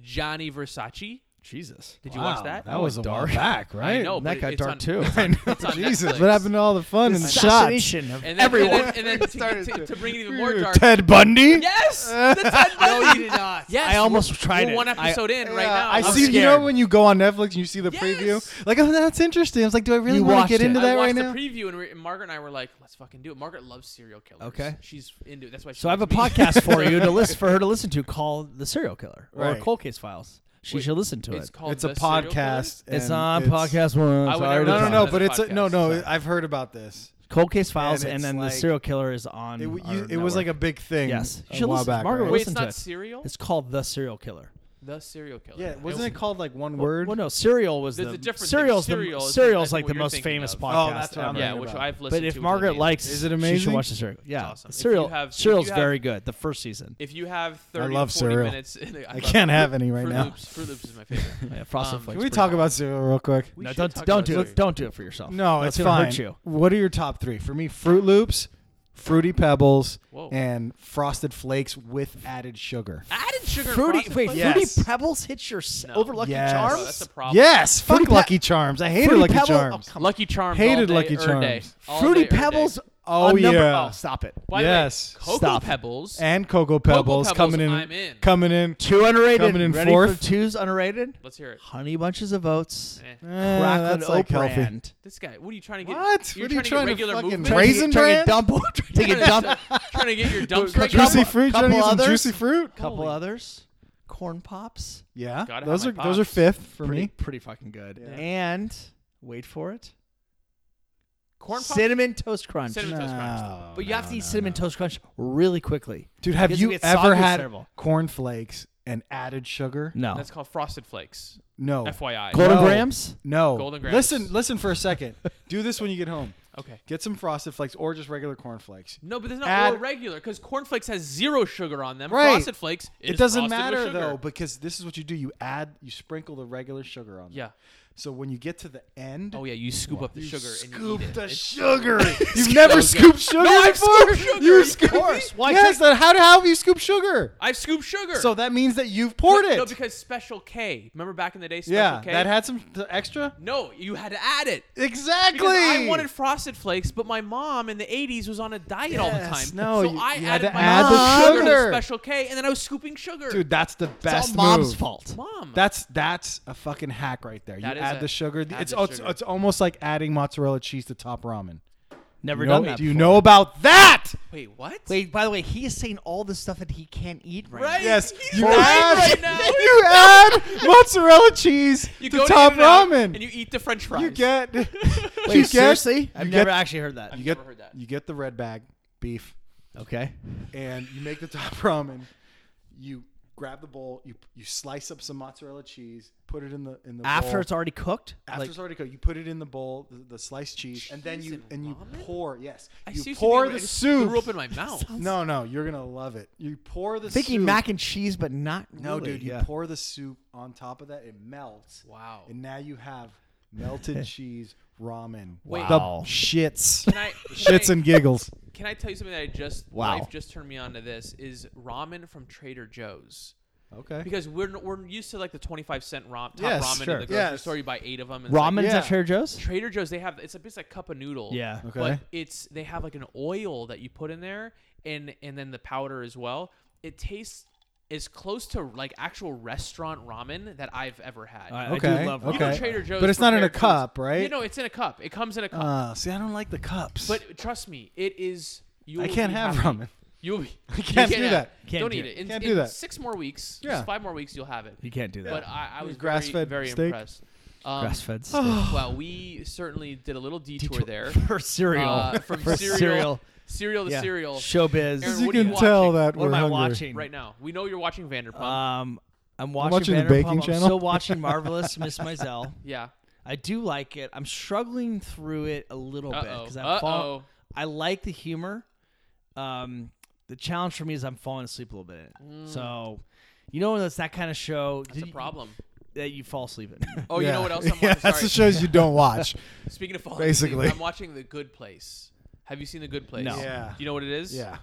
Johnny Versace. Jesus. Did you watch Wow, that? That was a while <laughs> dark. back, <laughs> right? I know, that but got it's dark on, too. <laughs> It's I on, it's on Jesus, Netflix. what happened to all the fun and the shots? Assassination of And then, everyone. And then, <laughs> and then to, to, to bring it even more dark. Ted Bundy. Yes, the Ted Bundy. No, you did not. Yes, I almost we're- tried we're it. One I- episode in right Yeah, now. I I'm see. You scared. know when you go on Netflix and you see the Yes. preview, like, oh, that's interesting. I was like, do I really You want watched to get it. into I that right watched now? the preview and, we- and Margaret and I were like, "Let's fucking do it." Margaret loves serial killers. Okay. she's into it. That's why. She So I have a likes <laughs> me. podcast for you to listen for her to listen to called The Serial Killer or Right. Cold Case Files. She Wait, should listen to It's it. called it's a The Serial Killers? podcast. It's and on it's- podcast one. I would Sorry to never No, no, interrupt. It's on no. as But a it's a, no, podcast, no. sorry. I've heard about this. Cold Case Files And and, it's then like- The Serial Killer is on. It, w- our you, it was like a network. big thing. Yes. You a should while listen. back, Margaret right? Wait, it's Listen to not it. serial. It's called The Serial Killer. The serial killer. Yeah, wasn't Oh, was- Oh, it called like one word? Well, no, Serial was There's the a different thing. Serial's Serial the is- Serial's that's like what the you're most thinking famous of. podcast. Oh, that's what I'm ever. Yeah, thinking which about. I've listened But to. if is Margaret amazing. likes, Is it She should amazing? watch the serial. Yeah, the awesome. If you serial have- if serial's you have- very good. The first season. if you have thirty, love or 40 cereal. minutes, in it, I, I love can't it. have any right Fruit now. Loops, Fruit Loops is my favorite. Yeah, Frosted Um, Flakes. Can we pretty talk good. about cereal real quick? We No, should don't talk don't about do cereal. it. Don't do it for yourself. <laughs> No, That's it's gonna fine. Hurt you. What are your top three? For me, Fruit Loops, Fruity Pebbles, Whoa. and Frosted Flakes with added sugar. Added sugar. and Fruity, frosted wait, flakes? Yes. Fruity Pebbles hits your s No. over Lucky Yes. Bro, Charms. Oh, that's a problem. Yes, fuck Fruity Pe- Lucky Charms. I hated Fruity Lucky Pebbles- Charms. oh, come on. Lucky Charms. all Hated day, Lucky or day. Charms. All Fruity day, or day. Pebbles. Oh, a number- yeah. oh, stop it. By Yes. The way, Cocoa Stop. Pebbles. and Cocoa Pebbles, Pebbles, coming in, I'm in. coming in. Two underrated. Coming in Ready fourth. for two's underrated. Let's hear it. Honey bunches of oats. Eh, Eh, Cracklin' that's oat like healthy. brand. This guy, what are you trying to get? What? You're What are you trying, trying to to get regular fucking movement? raise? Trying to get- Raisin Trying to <laughs> dump. Trying to get dump. trying to get your dumps Couple- right couple- Juicy fruit. Trying to couple get some others? juicy fruit. Couple Holy- others. Corn pops. Yeah, Gotta have those my are those are pops. fifth for pretty, me. Pretty fucking good. Yeah. And wait for it. Corn pop. cinnamon toast crunch. Cinnamon Toast Crunch. No, But you have no, to eat no, cinnamon no. toast crunch really quickly. Dude, have Because you it gets ever soggy, it's had terrible. cornflakes and added sugar? No. That's called Frosted Flakes. No. FYI. Golden No. grams. No. Golden Grams. Listen, listen for a second. <laughs> Do this when you get home. Okay. Get some frosted flakes or just regular cornflakes. No, but there's not Add- more regular because cornflakes has zero sugar on them. Right. Frosted Flakes. It, is doesn't frosted with matter sugar. though because this is what you do. You add, you sprinkle the regular sugar on. them. Yeah. So when you get to the end, Oh yeah, you scoop up the you sugar and scoop you eat the it. <laughs> sugar. You've never scooped sugar No, I've before. scooped sugar. Are You you scoop. kidding me? Why yes. Then how how have you scooped sugar? I've scooped sugar. So that means that you've poured No, it. because Special K. Remember back in the day, Special yeah, K. that had some t- extra. no, you had to add it. Exactly. Because I wanted Frosted Flakes, but my mom in the 80s was on a diet all the time. Yes, no, so you- I you had added to my add own the sugar, to sugar. Special K, and then I was scooping sugar. Dude, that's the best it's all mom's move. fault. mom. That's that's a fucking hack right there. You That is a- add the sugar. add It's, the oh, it's sugar. it's almost like adding mozzarella cheese to top ramen. Never You know- done that. do you before. know about that? Wait, what? Wait, by the way, he is saying all the stuff that he can't eat right, Right? now. Yes, He's you lying add right now. <laughs> you add mozzarella cheese you to go top In-N-Out ramen. and you eat the French fries. <laughs> You get Wait, you get, seriously? I've you never get, actually heard that. you get never heard that. you get the red bag beef, Okay. and you make the top ramen. You grab the bowl. You you slice up some mozzarella cheese. Put it in the in the After bowl. it's already cooked? After Like, it's already cooked, you put it in the bowl, the, the sliced cheese, and then Cheese you and and you ramen? pour. Yes, I you seriously pour think I- the I just soup. Threw up in my <laughs> mouth. no, no, you're gonna love it. You pour the thinking soup. mac and cheese, but not no, really. dude, you Yeah. pour the soup on top of that. It melts, Wow. and now you have <laughs> melted cheese ramen. Wait. the Wow. shits, Can I, can <laughs> shits I, and giggles. Can I tell you something that I just Wow. life just turned me on to this is ramen from Trader Joe's. Okay. Because we're we're used to like the 25 cent rom, top Yes, ramen sure. in the grocery Yes. store you buy 8 of them and it's like- Ramen's Yeah. at Trader Joe's? Trader Joe's they have it's a bit like cup of noodle. Yeah. Okay. But it's they have like an oil that you put in there and and then the powder as well. It tastes as close to like actual restaurant ramen that I've ever had. I- I okay. do love okay. You know Trader Joe's but it's not in a prepared foods- cup, right? You know, it's in a cup. It comes in a cup. uh, see, I don't like the cups. but trust me, it is you I will can't be have happy. ramen. You'll <laughs> be. I can't do that. Can't don't do eat it. it. In, Can't in do that. six more weeks, Yeah. just five more weeks, you'll have it. You can't do that. But I, I was very, Grass-fed very steak? impressed. Um, Grass fed <laughs> Well, we certainly did a little detour there. Oh, For cereal. Uh, from <laughs> For cereal, cereal. cereal to Yeah. cereal. Showbiz. Aaron, As you what are you can tell watching? that What we're am I hungry. watching? right now. We know you're watching Vanderpump. Um, I'm watching, watching the Vanderpump. baking I'm channel. still watching Marvelous Miss Maisel. yeah. I I do like it. I'm struggling through it a little bit Uh because oh. I Uh fall. oh. I like the humor. Um, the challenge for me is I'm falling asleep a little bit. In it. So, you know, when it's that kind of show Mm. That's a did you- problem. that you fall asleep in. <laughs> Oh, you Yeah. <laughs> know what else <laughs> I'm yeah, watching? that's Sorry. the shows <laughs> you don't watch. Speaking of falling Basically. asleep, I'm watching The Good Place. Have you seen The Good Place? No. Yeah. Do you know what it is? yeah.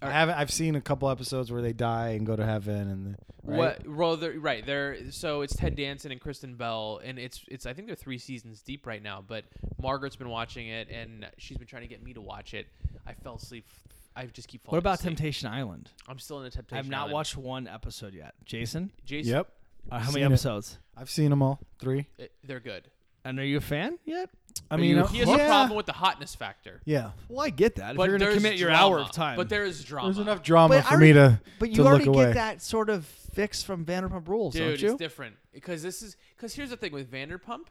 I haven't. I've seen a couple episodes where they die and go to heaven, and right? What? Well, they're, right. They're so it's Ted Danson and Kristen Bell, and it's it's I think they're three seasons deep right now. But Margaret's been watching it, and she's been trying to get me to watch it. I fell asleep. I just keep falling. what about asleep. Temptation Island? I'm still in the Temptation. I've not Island. watched one episode yet. Jason, Jason. Yep, uh, how Seen many it. episodes? I've seen them all three. it- they're good. And are you a fan yet? I Are mean, you- uh, He has yeah. a problem with the hotness factor. Yeah, Well, I get that. If But you're going there's to commit your drama. hour of time, But there is drama. there's enough drama Uh-huh. But I for me already- to. But to you look already away. get that sort of fix from Vanderpump Rules, Dude, don't you? it's different because this is because here's the thing with Vanderpump.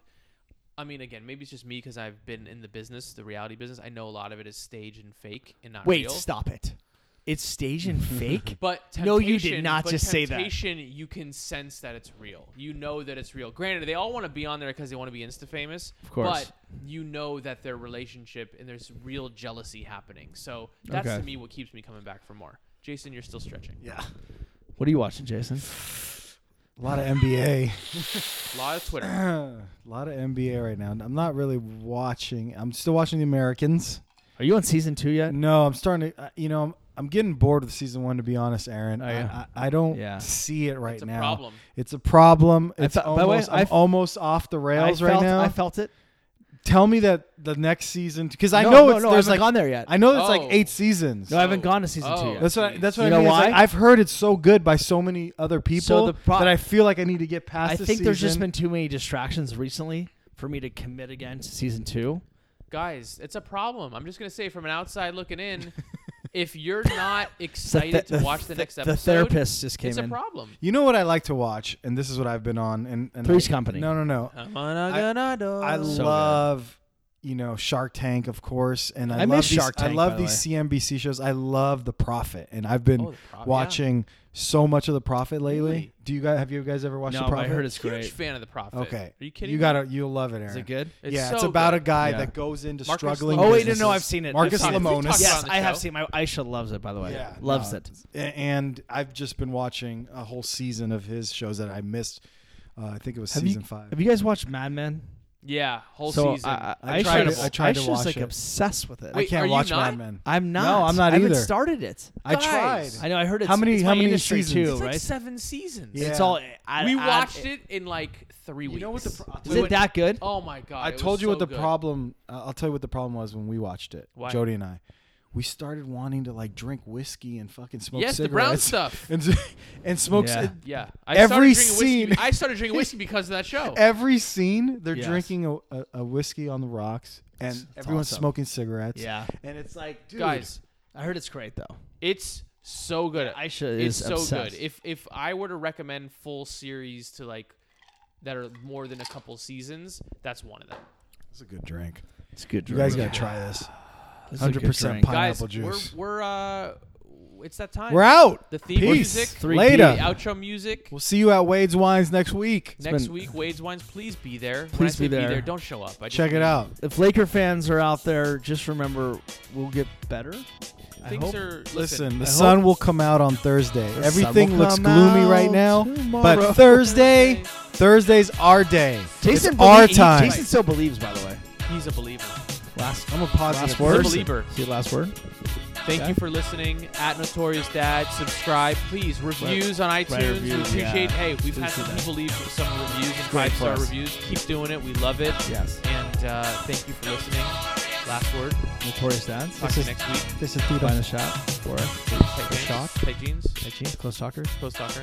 I mean, again, maybe it's just me because I've been in the business, the reality business. I know a lot of it is stage and fake and not Wait, real. stop it. It's staged and fake. But No, you did Temptation- not but just say that. Temptation, you can sense that it's real. You know that it's real. Granted, they all want to be on there because they want to be insta famous. Of course. But you know that their relationship and there's real jealousy happening. So that's Okay. to me what keeps me coming back for more. Jason, you're still stretching. Yeah, What are you watching, Jason? a lot of <laughs> NBA. A lot of Twitter. a lot of NBA right now. I'm not really watching. I'm still watching the Americans. Are you on season two yet? No, I'm starting to. Uh, you know, I'm, I'm getting bored with season one. To be honest, Aaron, Oh, yeah. I, I, I don't Yeah. see it right It's a now. problem. It's a problem. I It's fe- by the way, almost, I I'm f- almost off the rails I felt, right now. I felt it. Tell me that the next season, because I No, know no, it's no, I there's haven't like gone there yet. I know Oh. it's like eight seasons. No, I haven't Oh. gone to season two Oh. yet. that's what I, that's what You I know mean. It's like, why? I've heard it's so good by so many other people the pro- that I feel like I need to get past. I this think there's just season. been too many distractions recently for me to commit again to season two. Guys, it's a problem. I'm just gonna say from an outside <laughs> looking in, if you're not excited to watch the next episode, The therapist just came it's a in. problem. You know what I like to watch, and this is what I've been on. And, and Three's I- Company. No, no, no. Oh. I So love you know Shark Tank, of course, and I, I love miss these, Shark Tank, I by love the these CNBC shows. I love The Prophet, and I've been Oh, The Prophet, yeah. watching so much of The Prophet lately. Really? Do you guys have you guys ever watched No, The but Prophet? I heard it's Huge great. fan of the prophet. okay. Are you kidding? You me? gotta you'll love it, Aaron. Is it good? It's yeah, so it's about good. a guy Yeah. that goes into Marcus struggling. Lamont. Oh wait, no, businesses. no, I've seen it. Marcus I've seen it. We've talked Lemonis. about it Yes, on the I have show. seen. My Aisha loves it. By the way, Yeah, loves no, it. A- And I've just been watching a whole season of his shows that I missed. Uh, I think it was Have season you, five. Have you guys watched Mad Men? Yeah, whole so season. I, I, I tried Aisha's- to- I tried to Aisha's, watch like it. obsessed with it. I Wait, are can't you watch not? Mad Men. I'm not. No, I'm not I haven't either. started it. I Guys. tried. I know. I heard it's How many- It's how my many industry seasons? too, it's right? like seven seasons. Yeah. It's all. I, We I- watched it in like three You weeks. know what the pro- I'll We Is it went- that good? Oh my god! I it told was you what so the good. problem. Uh, I'll tell you what the problem was when we watched it. Why? Jody and I, we started wanting to like drink whiskey and fucking smoke Yes, the brown cigarettes. stuff. <laughs> and and smoke. Yeah. cig- Yeah, I Every started drinking whiskey- scene- I started <laughs> drinking whiskey because of that show. Every scene, they're Yes. drinking a, a, a whiskey on the rocks, and It's- it's everyone's awesome. smoking cigarettes. Yeah. and it's like, dude, Guys, I heard it's great though. it's so good. Aisha it's is so obsessed. good. If if I were to recommend full series to like that are more than a couple seasons, that's one of them. it's a good drink. It's good. You guys gotta try this. This is a good Hundred percent drink. pineapple Guys, juice. we're we're uh, it's that time. We're, out. The theme Peace. music, Three the Later. outro music. We'll see you at Wade's Wines next week. It's Next been- week, Wade's Wines, please be there. When I Please say be there. Don't show up. I just Check it mean- out. If Laker fans are out there, just remember we'll get better. I Things hope. are listen. Listen, the I sun hope- will come out on Thursday. The sun Everything will looks come gloomy right out now, tomorrow. but Thursday, Thursday's our day. Jason, it's our belie- he- time. Jason still believes, by the way. He's a believer. Last I'm a positive last He's a word. person. believer. See last word. Thank Okay. you for listening. At Notorious Dad, subscribe, please. Reviews on iTunes. we reviews, appreciate. yeah. Hey, we've had Please some do that. people leave some reviews and great five for star us. reviews. Keep doing it. We love it. Yes. And uh, thank you for listening. Last word. Notorious dads. Talk to you next week. This is Tito. Find a shot for Tight shock. jeans. Tight jeans. Close soccer. Post soccer.